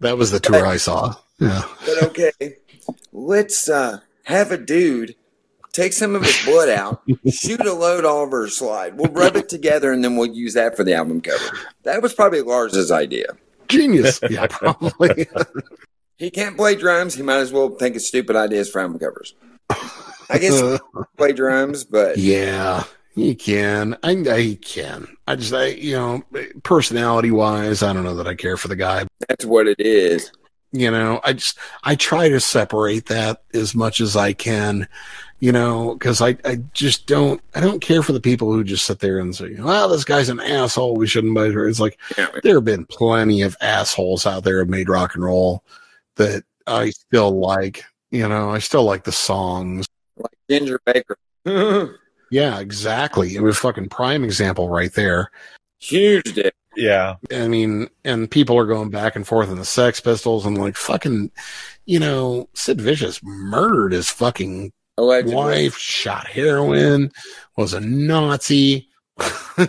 Speaker 2: That was the tour I saw. Yeah.
Speaker 4: But okay, let's uh, have a dude Take some of his blood out, shoot a load all over his slide. We'll rub it together, and then we'll use that for the album cover. That was probably Lars's idea.
Speaker 2: Genius. Yeah, probably.
Speaker 4: He can't play drums. He might as well think of stupid ideas for album covers. I guess he can play drums, but
Speaker 2: yeah, he can. I, I can. I just, I, you know, personality wise, I don't know that I care for the guy.
Speaker 4: that's what it is.
Speaker 2: You know, I just, I try to separate that as much as I can, you know, cause I, I just don't, I don't care for the people who just sit there and say, well, this guy's an asshole. We shouldn't buy her. It's like,
Speaker 4: Yeah.
Speaker 2: there have been plenty of assholes out there who made rock and roll that I still like. You know, I still like the songs.
Speaker 4: Like Ginger Baker.
Speaker 2: Yeah, exactly. It was fucking prime example right there.
Speaker 4: Huge dick.
Speaker 3: Yeah.
Speaker 2: I mean, and people are going back and forth in the Sex Pistols and like fucking, you know, Sid Vicious murdered his fucking
Speaker 4: Allegedly.
Speaker 2: wife, shot heroin, was a Nazi.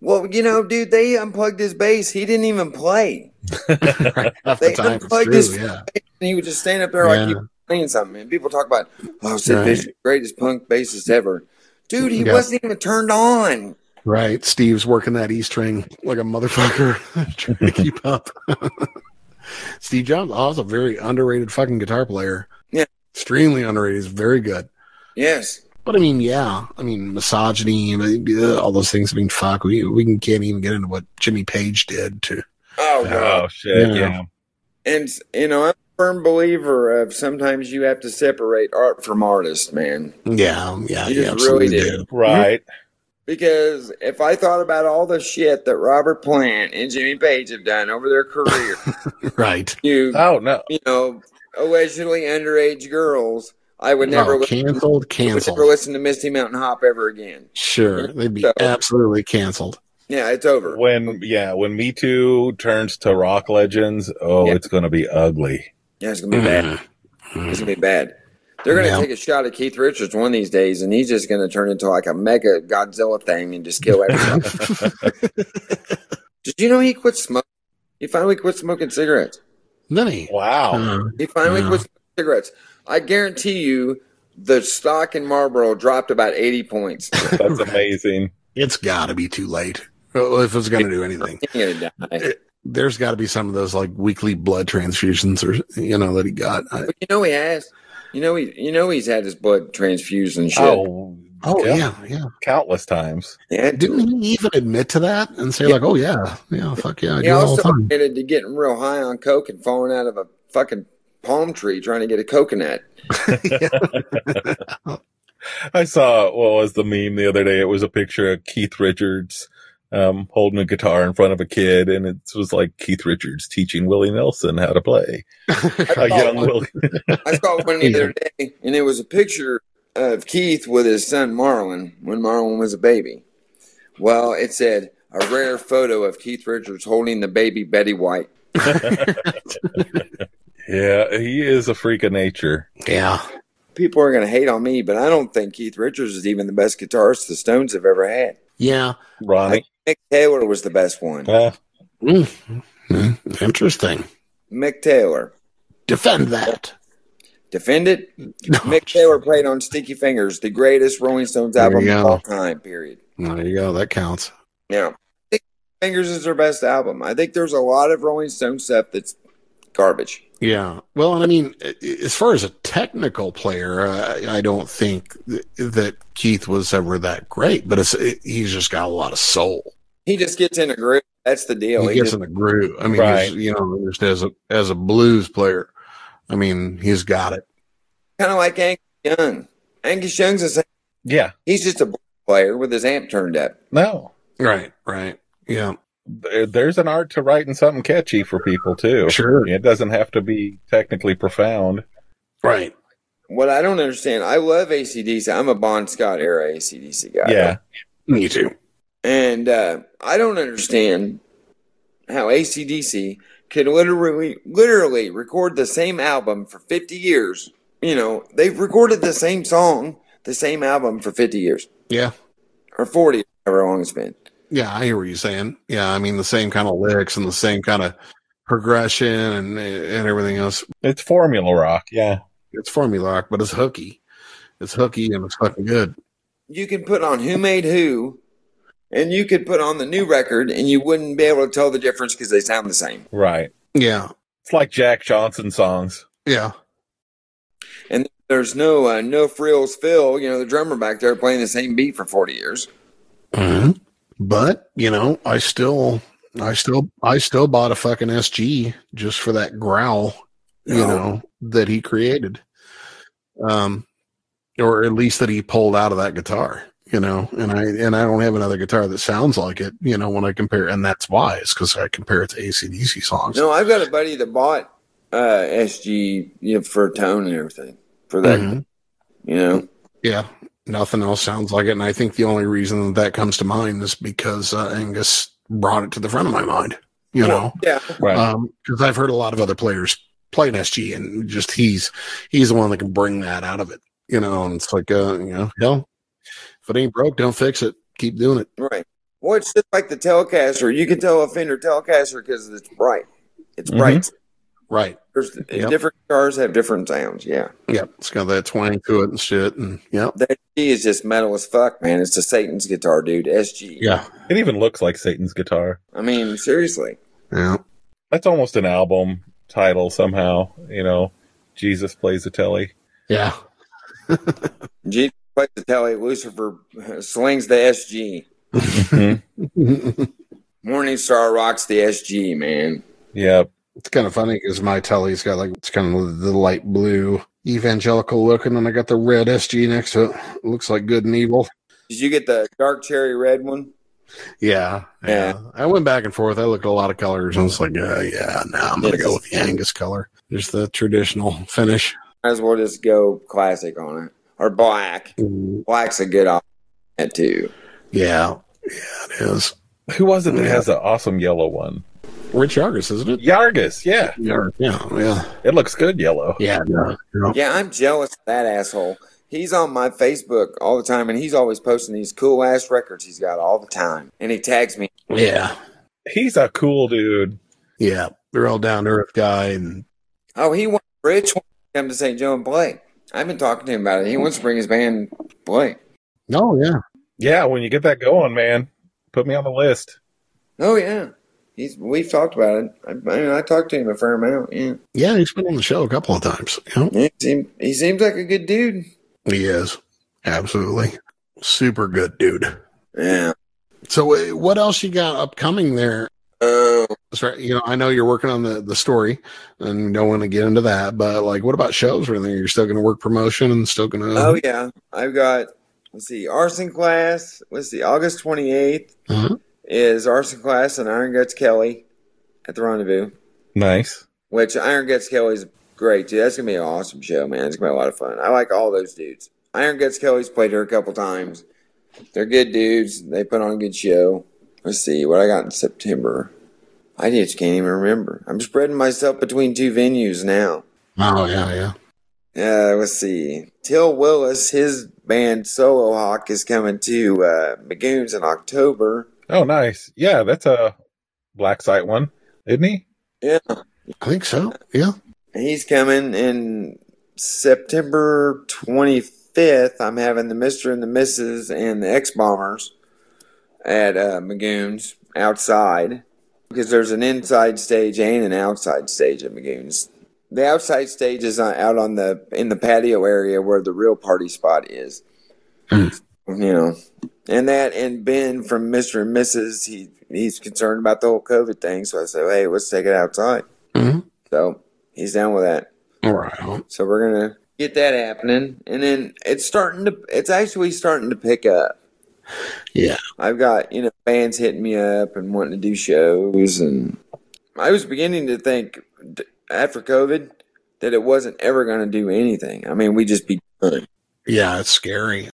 Speaker 4: Well, you know, dude, they unplugged his bass. He didn't even play.
Speaker 2: right, half the
Speaker 4: They
Speaker 2: time, it's
Speaker 4: unplugged
Speaker 2: true,
Speaker 4: his-
Speaker 2: yeah.
Speaker 4: And he would just stand up there like he was playing something. And people talk about, oh, Sid
Speaker 2: Right.
Speaker 4: Vicious, greatest punk bassist ever. Dude, he
Speaker 2: Yeah.
Speaker 4: wasn't even turned on.
Speaker 2: Right. Steve's working that E string like a motherfucker trying to keep up. Steve Jobs, also very underrated fucking guitar player.
Speaker 4: Yeah.
Speaker 2: Extremely underrated. He's very good.
Speaker 4: Yes.
Speaker 2: But I mean, yeah. I mean, misogyny, I mean, uh, all those things. I mean, fuck, we, we can- can't even get into what Jimmy Page did to.
Speaker 4: Oh, God.
Speaker 3: Oh shit.
Speaker 2: Yeah.
Speaker 3: Yeah.
Speaker 4: And, you know, I'm a firm believer of sometimes you have to separate art from artist, man.
Speaker 2: Yeah. Yeah.
Speaker 4: He
Speaker 2: yeah,
Speaker 4: just really
Speaker 2: absolutely
Speaker 4: did.
Speaker 3: Right.
Speaker 4: Because if I thought about all the shit that Robert Plant and Jimmy Page have done over their career,
Speaker 2: did. Right.
Speaker 4: you
Speaker 3: Oh no.
Speaker 4: you know, allegedly underage girls, I would never,
Speaker 2: oh,
Speaker 4: listen,
Speaker 2: canceled,
Speaker 4: would
Speaker 2: canceled.
Speaker 4: never listen to Misty Mountain Hop ever again.
Speaker 2: Sure. They'd be
Speaker 4: So-
Speaker 2: absolutely canceled.
Speaker 4: Yeah, it's over.
Speaker 3: When yeah, when Me Too turns to rock legends, oh,
Speaker 4: Yeah.
Speaker 3: it's gonna be ugly.
Speaker 4: Yeah, it's gonna be bad. It's gonna be bad. They're gonna
Speaker 2: Yeah.
Speaker 4: take a shot at Keith Richards one of these days, and he's just gonna turn into like a mega Godzilla thing and just kill everyone. Did you know he quit smoking? He finally quit smoking cigarettes.
Speaker 2: Then he.
Speaker 3: Wow.
Speaker 2: Uh,
Speaker 4: He finally
Speaker 2: Yeah.
Speaker 4: quit smoking cigarettes. I guarantee you, the stock in Marlboro dropped about eighty points.
Speaker 3: That's amazing.
Speaker 2: it's got to be too late Well, if it's going to do anything.
Speaker 4: He's gonna die.
Speaker 2: there's got to be some of those like weekly blood transfusions or you know that he got. I,
Speaker 4: But you know he has. You know he. You know he's had his blood transfused and shit.
Speaker 3: Oh,
Speaker 2: oh
Speaker 3: yeah.
Speaker 2: yeah, yeah.
Speaker 3: countless times.
Speaker 4: yeah.
Speaker 2: Didn't he even admit to that and say like, oh yeah, yeah, fuck yeah, I
Speaker 4: He
Speaker 2: do it all the
Speaker 4: also
Speaker 2: time.
Speaker 4: admitted to getting real high on coke and falling out of a fucking palm tree trying to get a coconut.
Speaker 3: I saw what was the meme the other day. It was a picture of Keith Richards um, holding a guitar in front of a kid, and it was like Keith Richards teaching Willie Nelson how to play. A young Willie.
Speaker 4: I saw one the other day, and it was a picture of Keith with his son Marlon when Marlon was a baby. Well, it said a rare photo of Keith Richards holding the baby Betty White.
Speaker 3: Yeah, he is a freak of nature.
Speaker 2: yeah,
Speaker 4: People are going to hate on me, but I don't think Keith Richards is even the best guitarist the Stones have ever had.
Speaker 2: yeah.
Speaker 3: Ronnie.
Speaker 4: Mick Taylor was the best one.
Speaker 3: Uh,
Speaker 2: Mm. Mm. Interesting.
Speaker 4: Mick Taylor.
Speaker 2: Defend that.
Speaker 4: Defend it.
Speaker 2: No,
Speaker 4: Mick Taylor played on Sticky Fingers, the greatest Rolling Stones
Speaker 2: There
Speaker 4: album
Speaker 2: you
Speaker 4: of
Speaker 2: go.
Speaker 4: all time, period.
Speaker 2: there you go. That counts.
Speaker 4: Now, Sticky Fingers is their best album. I think there's a lot of Rolling Stones stuff that's garbage.
Speaker 2: Yeah. Well, and I mean, a- a- as far as a technical player, uh, I don't think th- that Keith was ever that great, but it's, it, he's just got a lot of soul.
Speaker 4: He just gets in a groove. That's the deal.
Speaker 2: he
Speaker 4: He
Speaker 2: gets
Speaker 4: just-
Speaker 2: in the groove. I mean,
Speaker 3: Right.
Speaker 2: he's, you know, just as a as a blues player, I mean, he's got it.
Speaker 4: kind of like Angus Young. Angus Young's the same.
Speaker 3: yeah.
Speaker 4: He's just a blues player with his amp turned up.
Speaker 3: No.
Speaker 2: Right, right. Yeah,
Speaker 3: There- There's an art to writing something catchy for people, too.
Speaker 2: sure.
Speaker 3: It doesn't have to be technically profound.
Speaker 2: Right.
Speaker 4: What I don't understand, I love ACDC. I'm a Bon Scott era ACDC guy.
Speaker 3: Yeah.
Speaker 2: Me too.
Speaker 4: And uh, I don't understand how ACDC could literally, literally record the same album for 50 years. You know, they've recorded the same song, the same album for 50 years
Speaker 2: Yeah,
Speaker 4: or 40, however long it's been.
Speaker 2: yeah. I hear what you're saying. Yeah, I mean, the same kind of licks and the same kind of progression and and everything else.
Speaker 3: It's formula rock. Yeah.
Speaker 2: It's formula rock, but it's hooky. It's hooky and it's fucking good.
Speaker 4: You can put on Who Made Who, and you could put on the new record, and you wouldn't be able to tell the difference because they sound the same.
Speaker 3: Right.
Speaker 2: Yeah.
Speaker 3: It's like Jack Johnson songs.
Speaker 2: Yeah.
Speaker 4: And there's no uh, no frills Phil, you know, the drummer back there playing the same beat for 40 years.
Speaker 2: Mhm. But, you know, I still I still I still bought a fucking SG just for that growl, you
Speaker 4: Yeah.
Speaker 2: know, that he created. Um or at least that he pulled out of that guitar, you know. And I and I don't have another guitar that sounds like it, you know, when I compare and that's why it's because I compare it to ACDC songs.
Speaker 4: No, I've got a buddy that bought uh, SG you know, for tone and everything for that,
Speaker 2: Mhm.
Speaker 4: you know.
Speaker 2: Yeah. Nothing else sounds like it. And I think the only reason that, that comes to mind is because uh, Angus brought it to the front of my mind, you know.
Speaker 4: Yeah.
Speaker 3: Right.
Speaker 2: because Um, I've heard a lot of other players play an SG, and just he's he's the one that can bring that out of it. You know, and it's like, uh, you know, hell, if it ain't broke, don't fix it. Keep doing it.
Speaker 4: Right. Well, it's just like the Telecaster. You can tell a Fender Telecaster because it's bright. It's
Speaker 3: Mhm.
Speaker 4: bright.
Speaker 2: Right.
Speaker 4: There's,
Speaker 2: Mm-hmm. Yep.
Speaker 4: Different cars have different sounds. Yeah.
Speaker 2: Yeah. It's got that twang to it and shit. And yeah.
Speaker 4: The SG is just metal as fuck, man. It's a Satan's guitar, dude. SG.
Speaker 2: Yeah.
Speaker 3: It even looks like Satan's guitar.
Speaker 4: I mean, seriously.
Speaker 2: Yeah.
Speaker 3: That's almost an album title somehow. You know, Jesus plays a telly.
Speaker 2: Yeah.
Speaker 4: Jesus plays the telly. Lucifer slings the SG.
Speaker 3: Mhm.
Speaker 4: Morningstar rocks the SG, man.
Speaker 3: yep.
Speaker 2: It's kind of funny because my telly's got like, it's kind of the light blue evangelical looking, and I got the red SG next to it. Looks like good and evil.
Speaker 4: Did you get the dark cherry red one?
Speaker 2: Yeah, yeah. I went back and forth. I looked at a lot of colors and I was like, uh, yeah, no, I'm going to
Speaker 4: Yes.
Speaker 2: go with the Angus color. Just the traditional finish.
Speaker 4: Might as well just go classic on it or black. Black's a good option too.
Speaker 2: Mm, Yeah, yeah, it is.
Speaker 3: Who was it that has the awesome yellow one?
Speaker 2: Rich Yargus, isn't it?
Speaker 3: Yargus. Yeah.
Speaker 2: Yeah, yeah, yeah.
Speaker 3: It looks good yellow.
Speaker 2: Yeah, yeah, yeah.
Speaker 4: Yeah, I'm jealous of that asshole. He's on my Facebook all the time, and he's always posting these cool ass records he's got all the time. And he tags me.
Speaker 2: yeah,
Speaker 3: He's a cool dude.
Speaker 2: yeah. They're all down to earth guy. And
Speaker 4: Oh, he wants Rich wants to come to St. Joe and play. I've been talking to him about it. He wants to bring his band and play.
Speaker 2: oh, yeah,
Speaker 3: Yeah. When you get that going, man, put me on the list.
Speaker 4: Oh yeah, he's. We've talked about it. I, I mean, I talked to him a fair amount. Yeah,
Speaker 2: yeah. He's been on the show a couple of times. You know?
Speaker 4: he, seem, he seems like a good dude.
Speaker 2: He is absolutely super good dude.
Speaker 4: Yeah.
Speaker 2: So, uh, what else you got upcoming there
Speaker 4: Oh,
Speaker 2: That's right. You know, I know you're working on the, the story and we don't want to get into that, but like, what about shows or anything? You're still going to work promotion and still going to.
Speaker 4: oh yeah. I've got. Let's see, arson class. Let's see, August twenty eighth
Speaker 2: Uh-huh.
Speaker 4: is arson class and Iron Guts Kelly at the Rendezvous.
Speaker 3: Nice.
Speaker 4: Which Iron Guts Kelly's great, dude. That's gonna be an awesome show, man. It's gonna be a lot of fun. I like all those dudes. Iron Guts Kelly's played here a couple times. They're good dudes. They put on a good show. Let's see what I got in September. I just can't even remember. I'm spreading myself between two venues now.
Speaker 2: Oh, yeah, yeah.
Speaker 4: Uh, let's see. Till Willis, his band Solo Hawk, is coming to uh, Magoons in October.
Speaker 3: Oh, nice. Yeah. That's a black site one, isn't he?
Speaker 2: I think so. Yeah.
Speaker 4: He's coming in September 25th. I'm having the Mr. and the Mrs. and the X Bombers at uh, Magoon's outside because there's an inside stage and an outside stage at Magoon's. The outside stage is on- out on the in the patio area where the real party spot is.
Speaker 2: Hmm.
Speaker 4: You know, and that and Ben from Mr. and Mrs. He he's concerned about the whole COVID thing, so I said, hey, let's take it outside.
Speaker 2: Mhm.
Speaker 4: So he's down with that.
Speaker 2: All right.
Speaker 4: So we're gonna get that happening, and then it's starting to. It's actually starting to pick up.
Speaker 2: Yeah.
Speaker 4: I've got you know fans hitting me up and wanting to do shows, and I was beginning to think d- after COVID that it wasn't ever gonna do anything. I mean, we just be done.
Speaker 2: Yeah. It's scary.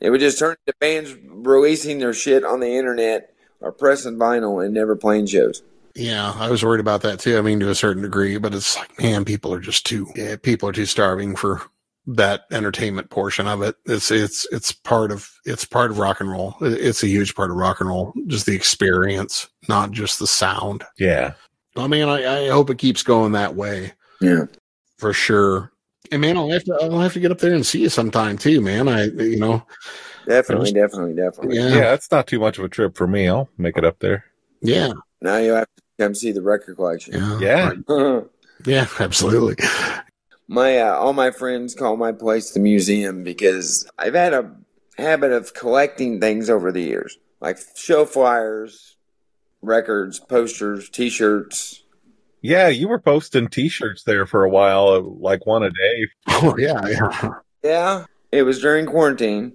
Speaker 4: It would just turn to bands releasing their shit on the internet or pressing vinyl and never playing shows.
Speaker 2: Yeah. I was worried about that too. I mean, to a certain degree, but it's like, man, people are just too, yeah, people are too starving for that entertainment portion of it. It's, it's, it's part of, it's part of rock and roll. It- It's a huge part of rock and roll, just the experience, not just the sound.
Speaker 3: Yeah.
Speaker 2: I mean, I, I hope it keeps going that way.
Speaker 4: Yeah.
Speaker 2: for sure. And man, I'll have to I'll have to get up there and see you sometime too, man. I you know
Speaker 4: Definitely, definitely, definitely.
Speaker 2: yeah
Speaker 3: Yeah.
Speaker 2: yeah,
Speaker 3: that's not too much of a trip for me. I'll make it up there.
Speaker 2: yeah
Speaker 4: Now you have to come see the record collection.
Speaker 2: yeah
Speaker 3: Yeah.
Speaker 2: yeah, absolutely.
Speaker 4: my uh, all my friends call my place the museum because I've had a habit of collecting things over the years, like show flyers, records, posters, T-shirts.
Speaker 3: Yeah, you were posting T-shirts there for a while, uh, like one a day.
Speaker 2: Oh yeah, yeah.
Speaker 4: Yeah, it was during quarantine,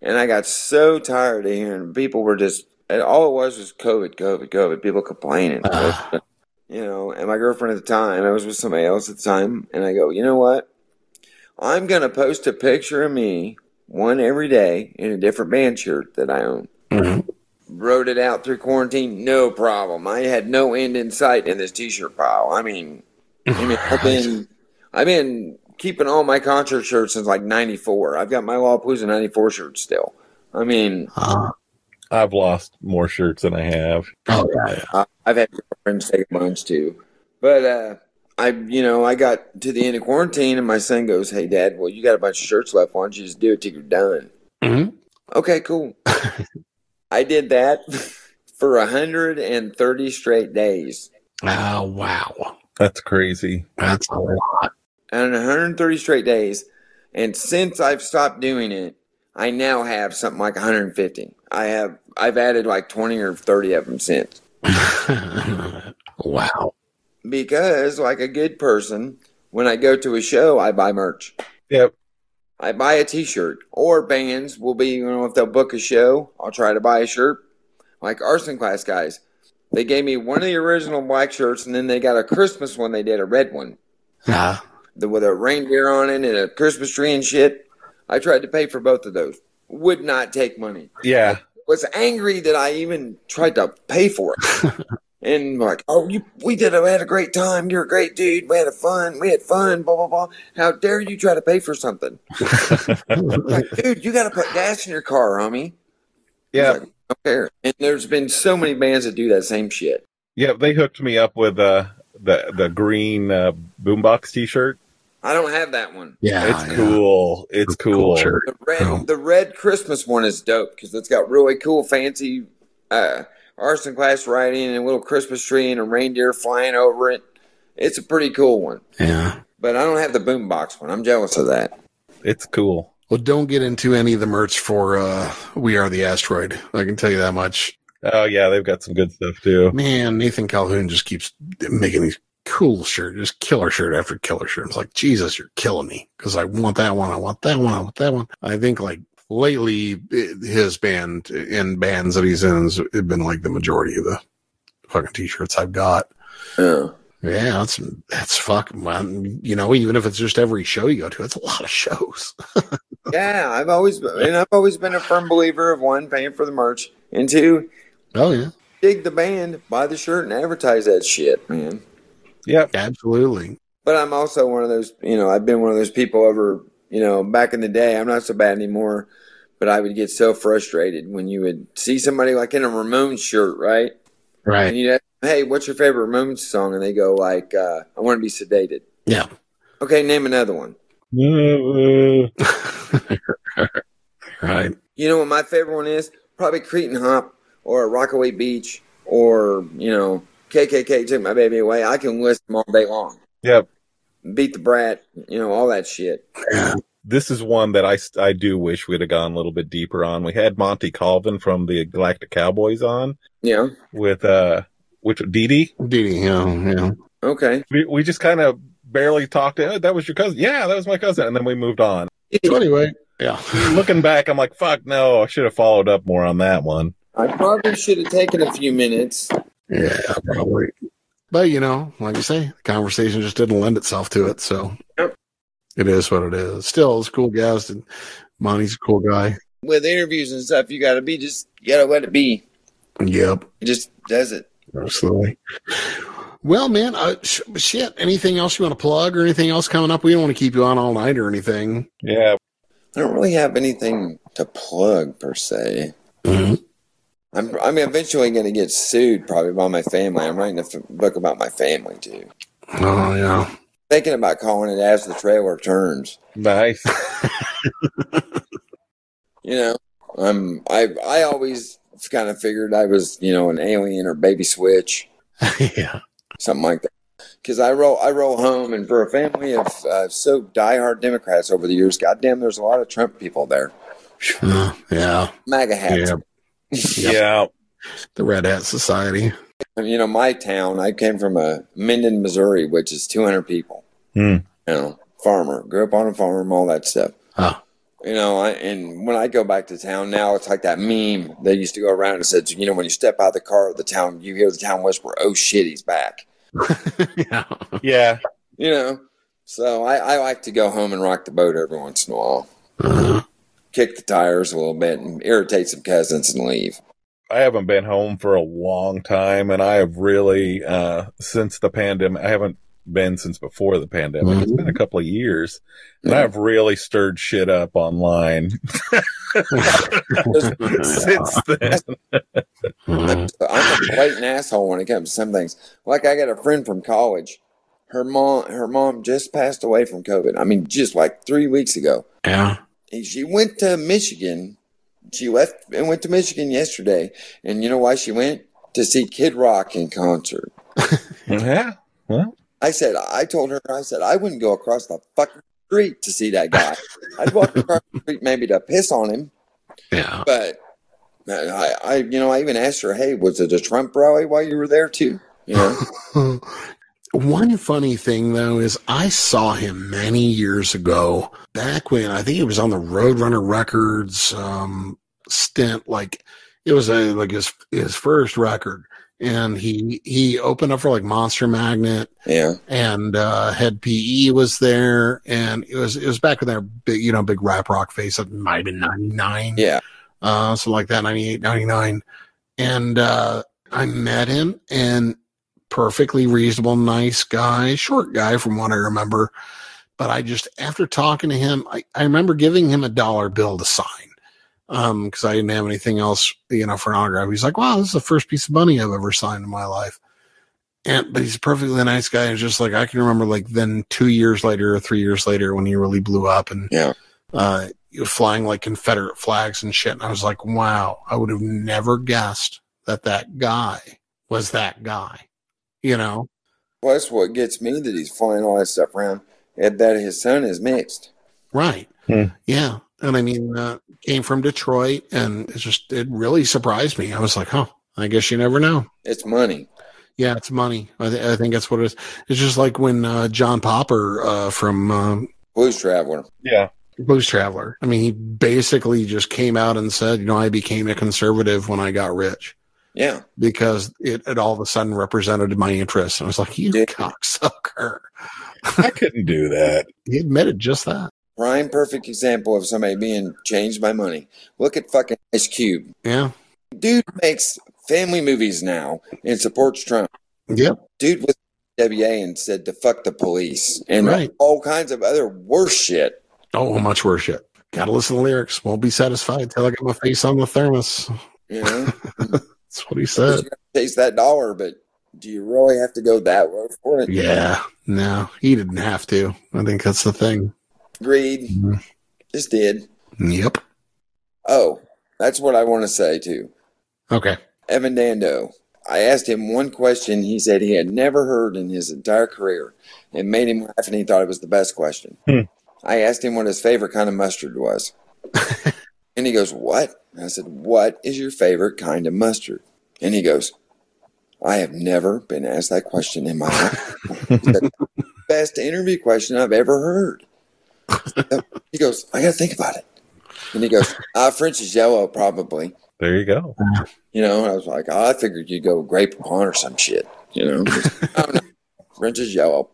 Speaker 4: and I got so tired of hearing people were just and all it was was COVID, COVID, COVID. People complaining.
Speaker 2: Uh,
Speaker 4: you know, and my girlfriend at the time, I was with somebody else at the time, and I go, you know what? I'm gonna post a picture of me, one every day, in a different band shirt that I own.
Speaker 2: mhm.
Speaker 4: Wrote it out through quarantine, no problem. I had no end in sight in this T-shirt pile. I mean, I mean, I've been, I've been keeping all my concert shirts since like '94. I've got my Lollapalooza '94 shirt still. I mean,
Speaker 2: Uh,
Speaker 3: I've lost more shirts than I have.
Speaker 2: oh yeah, yeah.
Speaker 4: I- I've had girlfriends take mines too, but uh, I, you know, I got to the end of quarantine, and my son goes, "Hey, Dad, well, you got a bunch of shirts left. Why don't you just do it till you're done?"
Speaker 2: Mhm.
Speaker 4: Okay, cool. I did that for hundred and thirty straight days,
Speaker 2: Ah, wow,
Speaker 3: That's crazy.
Speaker 2: that's a lot.
Speaker 4: and hundred and thirty straight days, and since I've stopped doing it, I now have something like one hundred and fifty. I have I've added like twenty or thirty of them since.
Speaker 2: wow.
Speaker 4: because like a good person when i go to a show i buy merch
Speaker 3: Yep.
Speaker 4: i buy a t-shirt or bands will be you know if they'll book a show i'll try to buy a shirt like arson class guys they gave me one of the original black shirts and then they got a christmas one they did a red one
Speaker 2: Uh,
Speaker 4: the, with a reindeer on it and a christmas tree and shit i tried to pay for both of those would not take money
Speaker 3: Yeah.
Speaker 4: was angry that I even tried to pay for it. and like, oh, you, we did, a, we had a great time. You're a great dude. We had a fun. We had fun. Blah blah blah. How dare you try to pay for something, like, dude? You got to put gas in your car, homie.
Speaker 3: Yeah.
Speaker 4: He's like, "I don't care." And there's been so many bands that do that same shit.
Speaker 3: Yeah. They hooked me up with uh, the the green uh, boombox T-shirt.
Speaker 4: I don't have that one.
Speaker 2: yeah,
Speaker 3: It's
Speaker 2: Ah, yeah.
Speaker 3: cool. It's cool.
Speaker 2: shirt.
Speaker 4: The red,
Speaker 2: Oh.
Speaker 4: the red Christmas one is dope because it's got really cool, fancy uh, arson class writing and a little Christmas tree and a reindeer flying over it. It's a pretty cool one.
Speaker 2: Yeah.
Speaker 4: But I don't have the boombox one. I'm jealous of that.
Speaker 3: It's cool.
Speaker 2: Well, don't get into any of the merch for uh, "We Are the Asteroid." I can tell you that much.
Speaker 3: Oh yeah, they've got some good stuff too.
Speaker 2: Man, Nathan Calhoun just keeps making these cool shirts, just killer shirt after killer shirt. It's like Jesus, you're killing me because I want that one, I want that one, I want that one. I think like lately, it- his band and bands that he's in has been like the majority of the fucking t-shirts I've got.
Speaker 4: Yeah.
Speaker 2: Yeah, that's that's fucking. man. You know, even if it's just every show you go to, it's a lot of shows.
Speaker 4: Yeah, I've always been, and I've always been a firm believer of one, paying for the merch, and two,
Speaker 2: Oh yeah,
Speaker 4: dig the band, buy the shirt, and advertise that shit, man.
Speaker 3: Yep.
Speaker 2: absolutely.
Speaker 4: But I'm also one of those, you know, I've been one of those people over, you know, back in the day. I'm not so bad anymore, but I would get so frustrated when you would see somebody like in a Ramones shirt, right? And
Speaker 2: Right.
Speaker 4: you hey, what's your favorite Ramones song? And they go like, uh, I want to be sedated.
Speaker 2: Yeah.
Speaker 4: Okay, name another one.
Speaker 2: right.
Speaker 4: You know what my favorite one is? Probably Cretan Hop or Rockaway Beach or, you know, KKK Took My Baby Away. I can list them all day long.
Speaker 3: Yep.
Speaker 4: Beat the Brat, you know, all that shit.
Speaker 2: Yeah.
Speaker 3: This is one that I st- I do wish we'd have gone a little bit deeper on. We had Monty Calvin from the Galactic Cowboys on
Speaker 4: You know?
Speaker 3: with uh, which Dee Dee.
Speaker 2: Didi, yeah, yeah.
Speaker 4: Okay.
Speaker 3: we, we just kind of barely talked. Oh, that was your cousin. Yeah, that was my cousin. And then we moved on.
Speaker 2: So anyway, yeah.
Speaker 3: Looking back, I'm like, fuck, no, I should have followed up more on that one.
Speaker 4: I probably should have taken a few minutes.
Speaker 2: Yeah, probably. But you know, like you say, the conversation just didn't lend itself to it, so
Speaker 4: Yep.
Speaker 2: it is what it is. Still it's cool guys and Monty's a cool guy.
Speaker 4: With interviews and stuff, you got to be just, you got to let it be.
Speaker 2: Yep.
Speaker 4: It just does it.
Speaker 2: Absolutely. Well, man, uh, sh- shit. Anything else you want to plug or anything else coming up? We don't want to keep you on all night or anything.
Speaker 3: Yeah.
Speaker 4: I don't really have anything to plug per se.
Speaker 2: Mm-hmm.
Speaker 4: I'm, I'm eventually going to get sued probably by my family. I'm writing a f- book about my family too.
Speaker 2: Oh yeah.
Speaker 4: thinking about calling it as the trailer turns.
Speaker 3: Nice.
Speaker 4: You know, I'm I I always kind of figured I was you know an alien or baby switch
Speaker 2: yeah.
Speaker 4: something like that. Because I roll I roll home and for a family of uh, so diehard Democrats over the years, goddamn, there's a lot of Trump people there.
Speaker 2: Uh, yeah.
Speaker 4: MAGA hats.
Speaker 2: Yeah.
Speaker 3: Yeah.
Speaker 2: The Red Hat Society.
Speaker 4: you know, my town, I came from a Minden, Missouri, which is 200 people.
Speaker 3: Hmm.
Speaker 4: You know, farmer, grew up on a farm, all that stuff.
Speaker 2: Ah.
Speaker 4: You know, I, and when I go back to town now, it's like that meme they used to go around and said, you know, when you step out of the car of the town, you hear the town whisper, oh shit, he's back.
Speaker 2: yeah.
Speaker 3: Yeah.
Speaker 4: You know, so I, I like to go home and rock the boat every once in a while,
Speaker 2: Uh,
Speaker 4: kick the tires a little bit and irritate some cousins and leave.
Speaker 3: I haven't been home for a long time, and I have really uh, since the pandemic. I haven't been since before the pandemic. It's been a couple of years, and I've really stirred shit up online since then.
Speaker 2: uh,
Speaker 4: I'm a blatant asshole when it comes to some things. Like I got a friend from college. Her mom, her mom just passed away from COVID. I mean, just like three weeks ago.
Speaker 2: yeah.
Speaker 4: And she went to Michigan. She left and went to Michigan yesterday. And you know why she went? To see Kid Rock in concert.
Speaker 3: Yeah. Well,
Speaker 4: I said, I told her, I said, I wouldn't go across the fucking street to see that guy. I'd walk across the street maybe to piss on him.
Speaker 2: Yeah.
Speaker 4: But I, I, you know, I even asked her, hey, was it a Trump rally while you were there too? You know?
Speaker 2: One funny thing though is I saw him many years ago, back when I think it was on the Roadrunner Records um, stint. Like it was a like his his first record, and he he opened up for like Monster Magnet
Speaker 4: yeah.
Speaker 2: and uh, Head PE was there, and it was it was back when their big you know big rap rock face up might have been ninety nine
Speaker 4: Yeah.
Speaker 2: uh, something like that, 98, 99. And uh, I met him and perfectly reasonable, nice guy, short guy from what I remember. But I just, after talking to him, I, I remember giving him a dollar bill to sign because I didn't have anything else, you know, for an autograph. He's like, wow, this is the first piece of money I've ever signed in my life. And, but he's a perfectly nice guy. It's just like, I can remember like then two years later or three years later when he really blew up and uh, you were flying like Confederate flags and shit. And I was like, wow, I would have never guessed that that guy was that guy, you know?
Speaker 4: Plus, what gets me that he's flying all that stuff around and that his son is mixed.
Speaker 2: Right.
Speaker 3: Hmm.
Speaker 2: Yeah. And I mean, uh, came from Detroit and it's just, it really surprised me. I was like, huh, I guess you never know.
Speaker 4: It's money.
Speaker 2: Yeah, it's money. I, th- I think that's what it is. It's just like when uh, John Popper uh, from um,
Speaker 4: Blues traveler.
Speaker 3: yeah.
Speaker 2: Blues Traveler, I mean, he basically just came out and said, you know, I became a conservative when I got rich.
Speaker 4: Yeah.
Speaker 2: because it, it all of a sudden represented my interests. And I was like, you
Speaker 4: Yeah.
Speaker 2: cocksucker.
Speaker 3: I couldn't do that.
Speaker 2: He admitted just that.
Speaker 4: Prime perfect example of somebody being changed by money. Look at fucking Ice Cube.
Speaker 2: Yeah.
Speaker 4: Dude makes family movies now and supports Trump.
Speaker 2: Yep.
Speaker 4: Dude was WA and said to fuck the police and
Speaker 2: Right.
Speaker 4: all kinds of other worse shit.
Speaker 2: Oh, much worse shit. Gotta listen to lyrics. Won't be satisfied till I get my face on the thermos.
Speaker 4: You know?
Speaker 2: That's what he said.
Speaker 4: Chase that dollar, but do you really have to go that way for it?
Speaker 2: Yeah. No, he didn't have to. I think that's the thing.
Speaker 4: Greed.
Speaker 2: Mhm.
Speaker 4: Just did.
Speaker 2: Yep.
Speaker 4: Oh, that's what I want to say too.
Speaker 2: Okay.
Speaker 4: Evan Dando. I asked him one question he said he had never heard in his entire career. It made him laugh and he thought it was the best question.
Speaker 3: Hmm.
Speaker 4: I asked him what his favorite kind of mustard was. and he goes, What? And I said, What is your favorite kind of mustard? And he goes, I have never been asked that question in my life. The best interview question I've ever heard. He goes, I got to think about it. And he goes, ah, French is yellow, probably.
Speaker 3: There you go.
Speaker 4: You know, I was like, oh, I figured you'd go grape pawn or some shit. You know, oh, no. French is yellow.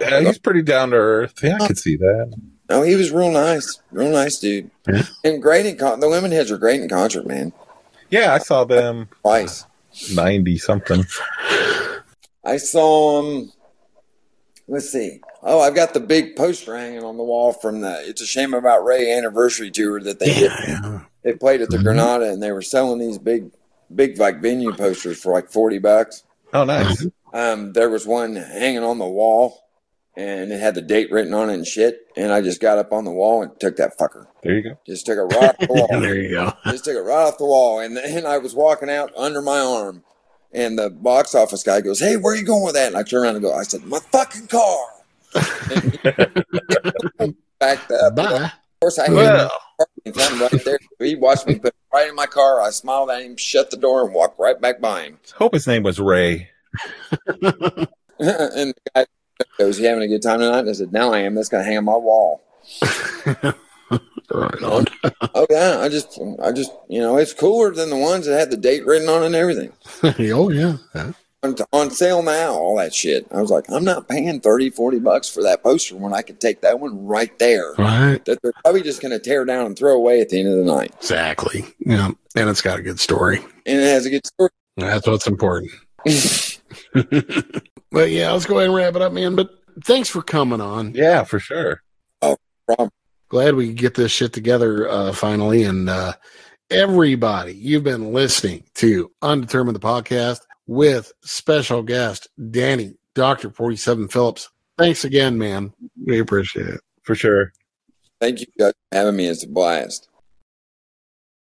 Speaker 3: Yeah, he's pretty down to earth. Yeah, I could see that.
Speaker 4: No, he was real nice, real nice dude,
Speaker 2: Yeah.
Speaker 4: and great in con- the women heads are great in concert, man.
Speaker 3: Yeah, I saw them
Speaker 4: Twice
Speaker 3: ninety something.
Speaker 4: I saw him. Let's see. Oh, I've got the big poster hanging on the wall from the "It's a Shame About Ray" anniversary tour that they did.
Speaker 2: Yeah. yeah.
Speaker 4: They played at the
Speaker 2: Mhm.
Speaker 4: Granada, and they were selling these big, big like venue posters for like forty bucks.
Speaker 3: Oh, nice.
Speaker 4: Um, there was one hanging on the wall and it had the date written on it and shit. And I just got up on the wall and took that fucker.
Speaker 3: There you go.
Speaker 4: Just took it right off the wall.
Speaker 2: there you go.
Speaker 4: just took it right off the wall. And then I was walking out under my arm. And the box office guy goes, Hey, where are you going with that? And I turn around and go, I said, My fucking car. Backed up. Of
Speaker 2: Bye.
Speaker 4: course, I had
Speaker 3: Well,
Speaker 2: Well.
Speaker 4: him right there. He watched me put it right in my car. I smiled at him, shut the door, and walked right back by him.
Speaker 3: hope his name was Ray.
Speaker 4: and the guy goes, You having a good time tonight? And I said, Now I am. That's going to hang on my wall.
Speaker 2: Right on.
Speaker 4: Oh yeah, I just, I just, you know, it's cooler than the ones that had the date written on it and everything.
Speaker 2: oh yeah. Yeah.
Speaker 4: On, on sale now, all that shit. I was like, I'm not paying 30, 40 bucks for that poster when I could take that one right there
Speaker 2: Right.
Speaker 4: that they're probably just going to tear down and throw away at the end of the night.
Speaker 2: Exactly. Yeah. And it's got a good story.
Speaker 4: And it has a good story.
Speaker 2: That's what's important. but yeah, let's go ahead and wrap it up, man. But thanks for coming on.
Speaker 3: Yeah, for sure.
Speaker 2: Glad we could get this shit together uh, finally. And uh, everybody, you've been listening to Undetermined the podcast with special guest Danny Doctor Forty Seven Phillips. Thanks again, man. We appreciate it.
Speaker 3: For sure.
Speaker 4: Thank you guys for having me. It's a blast.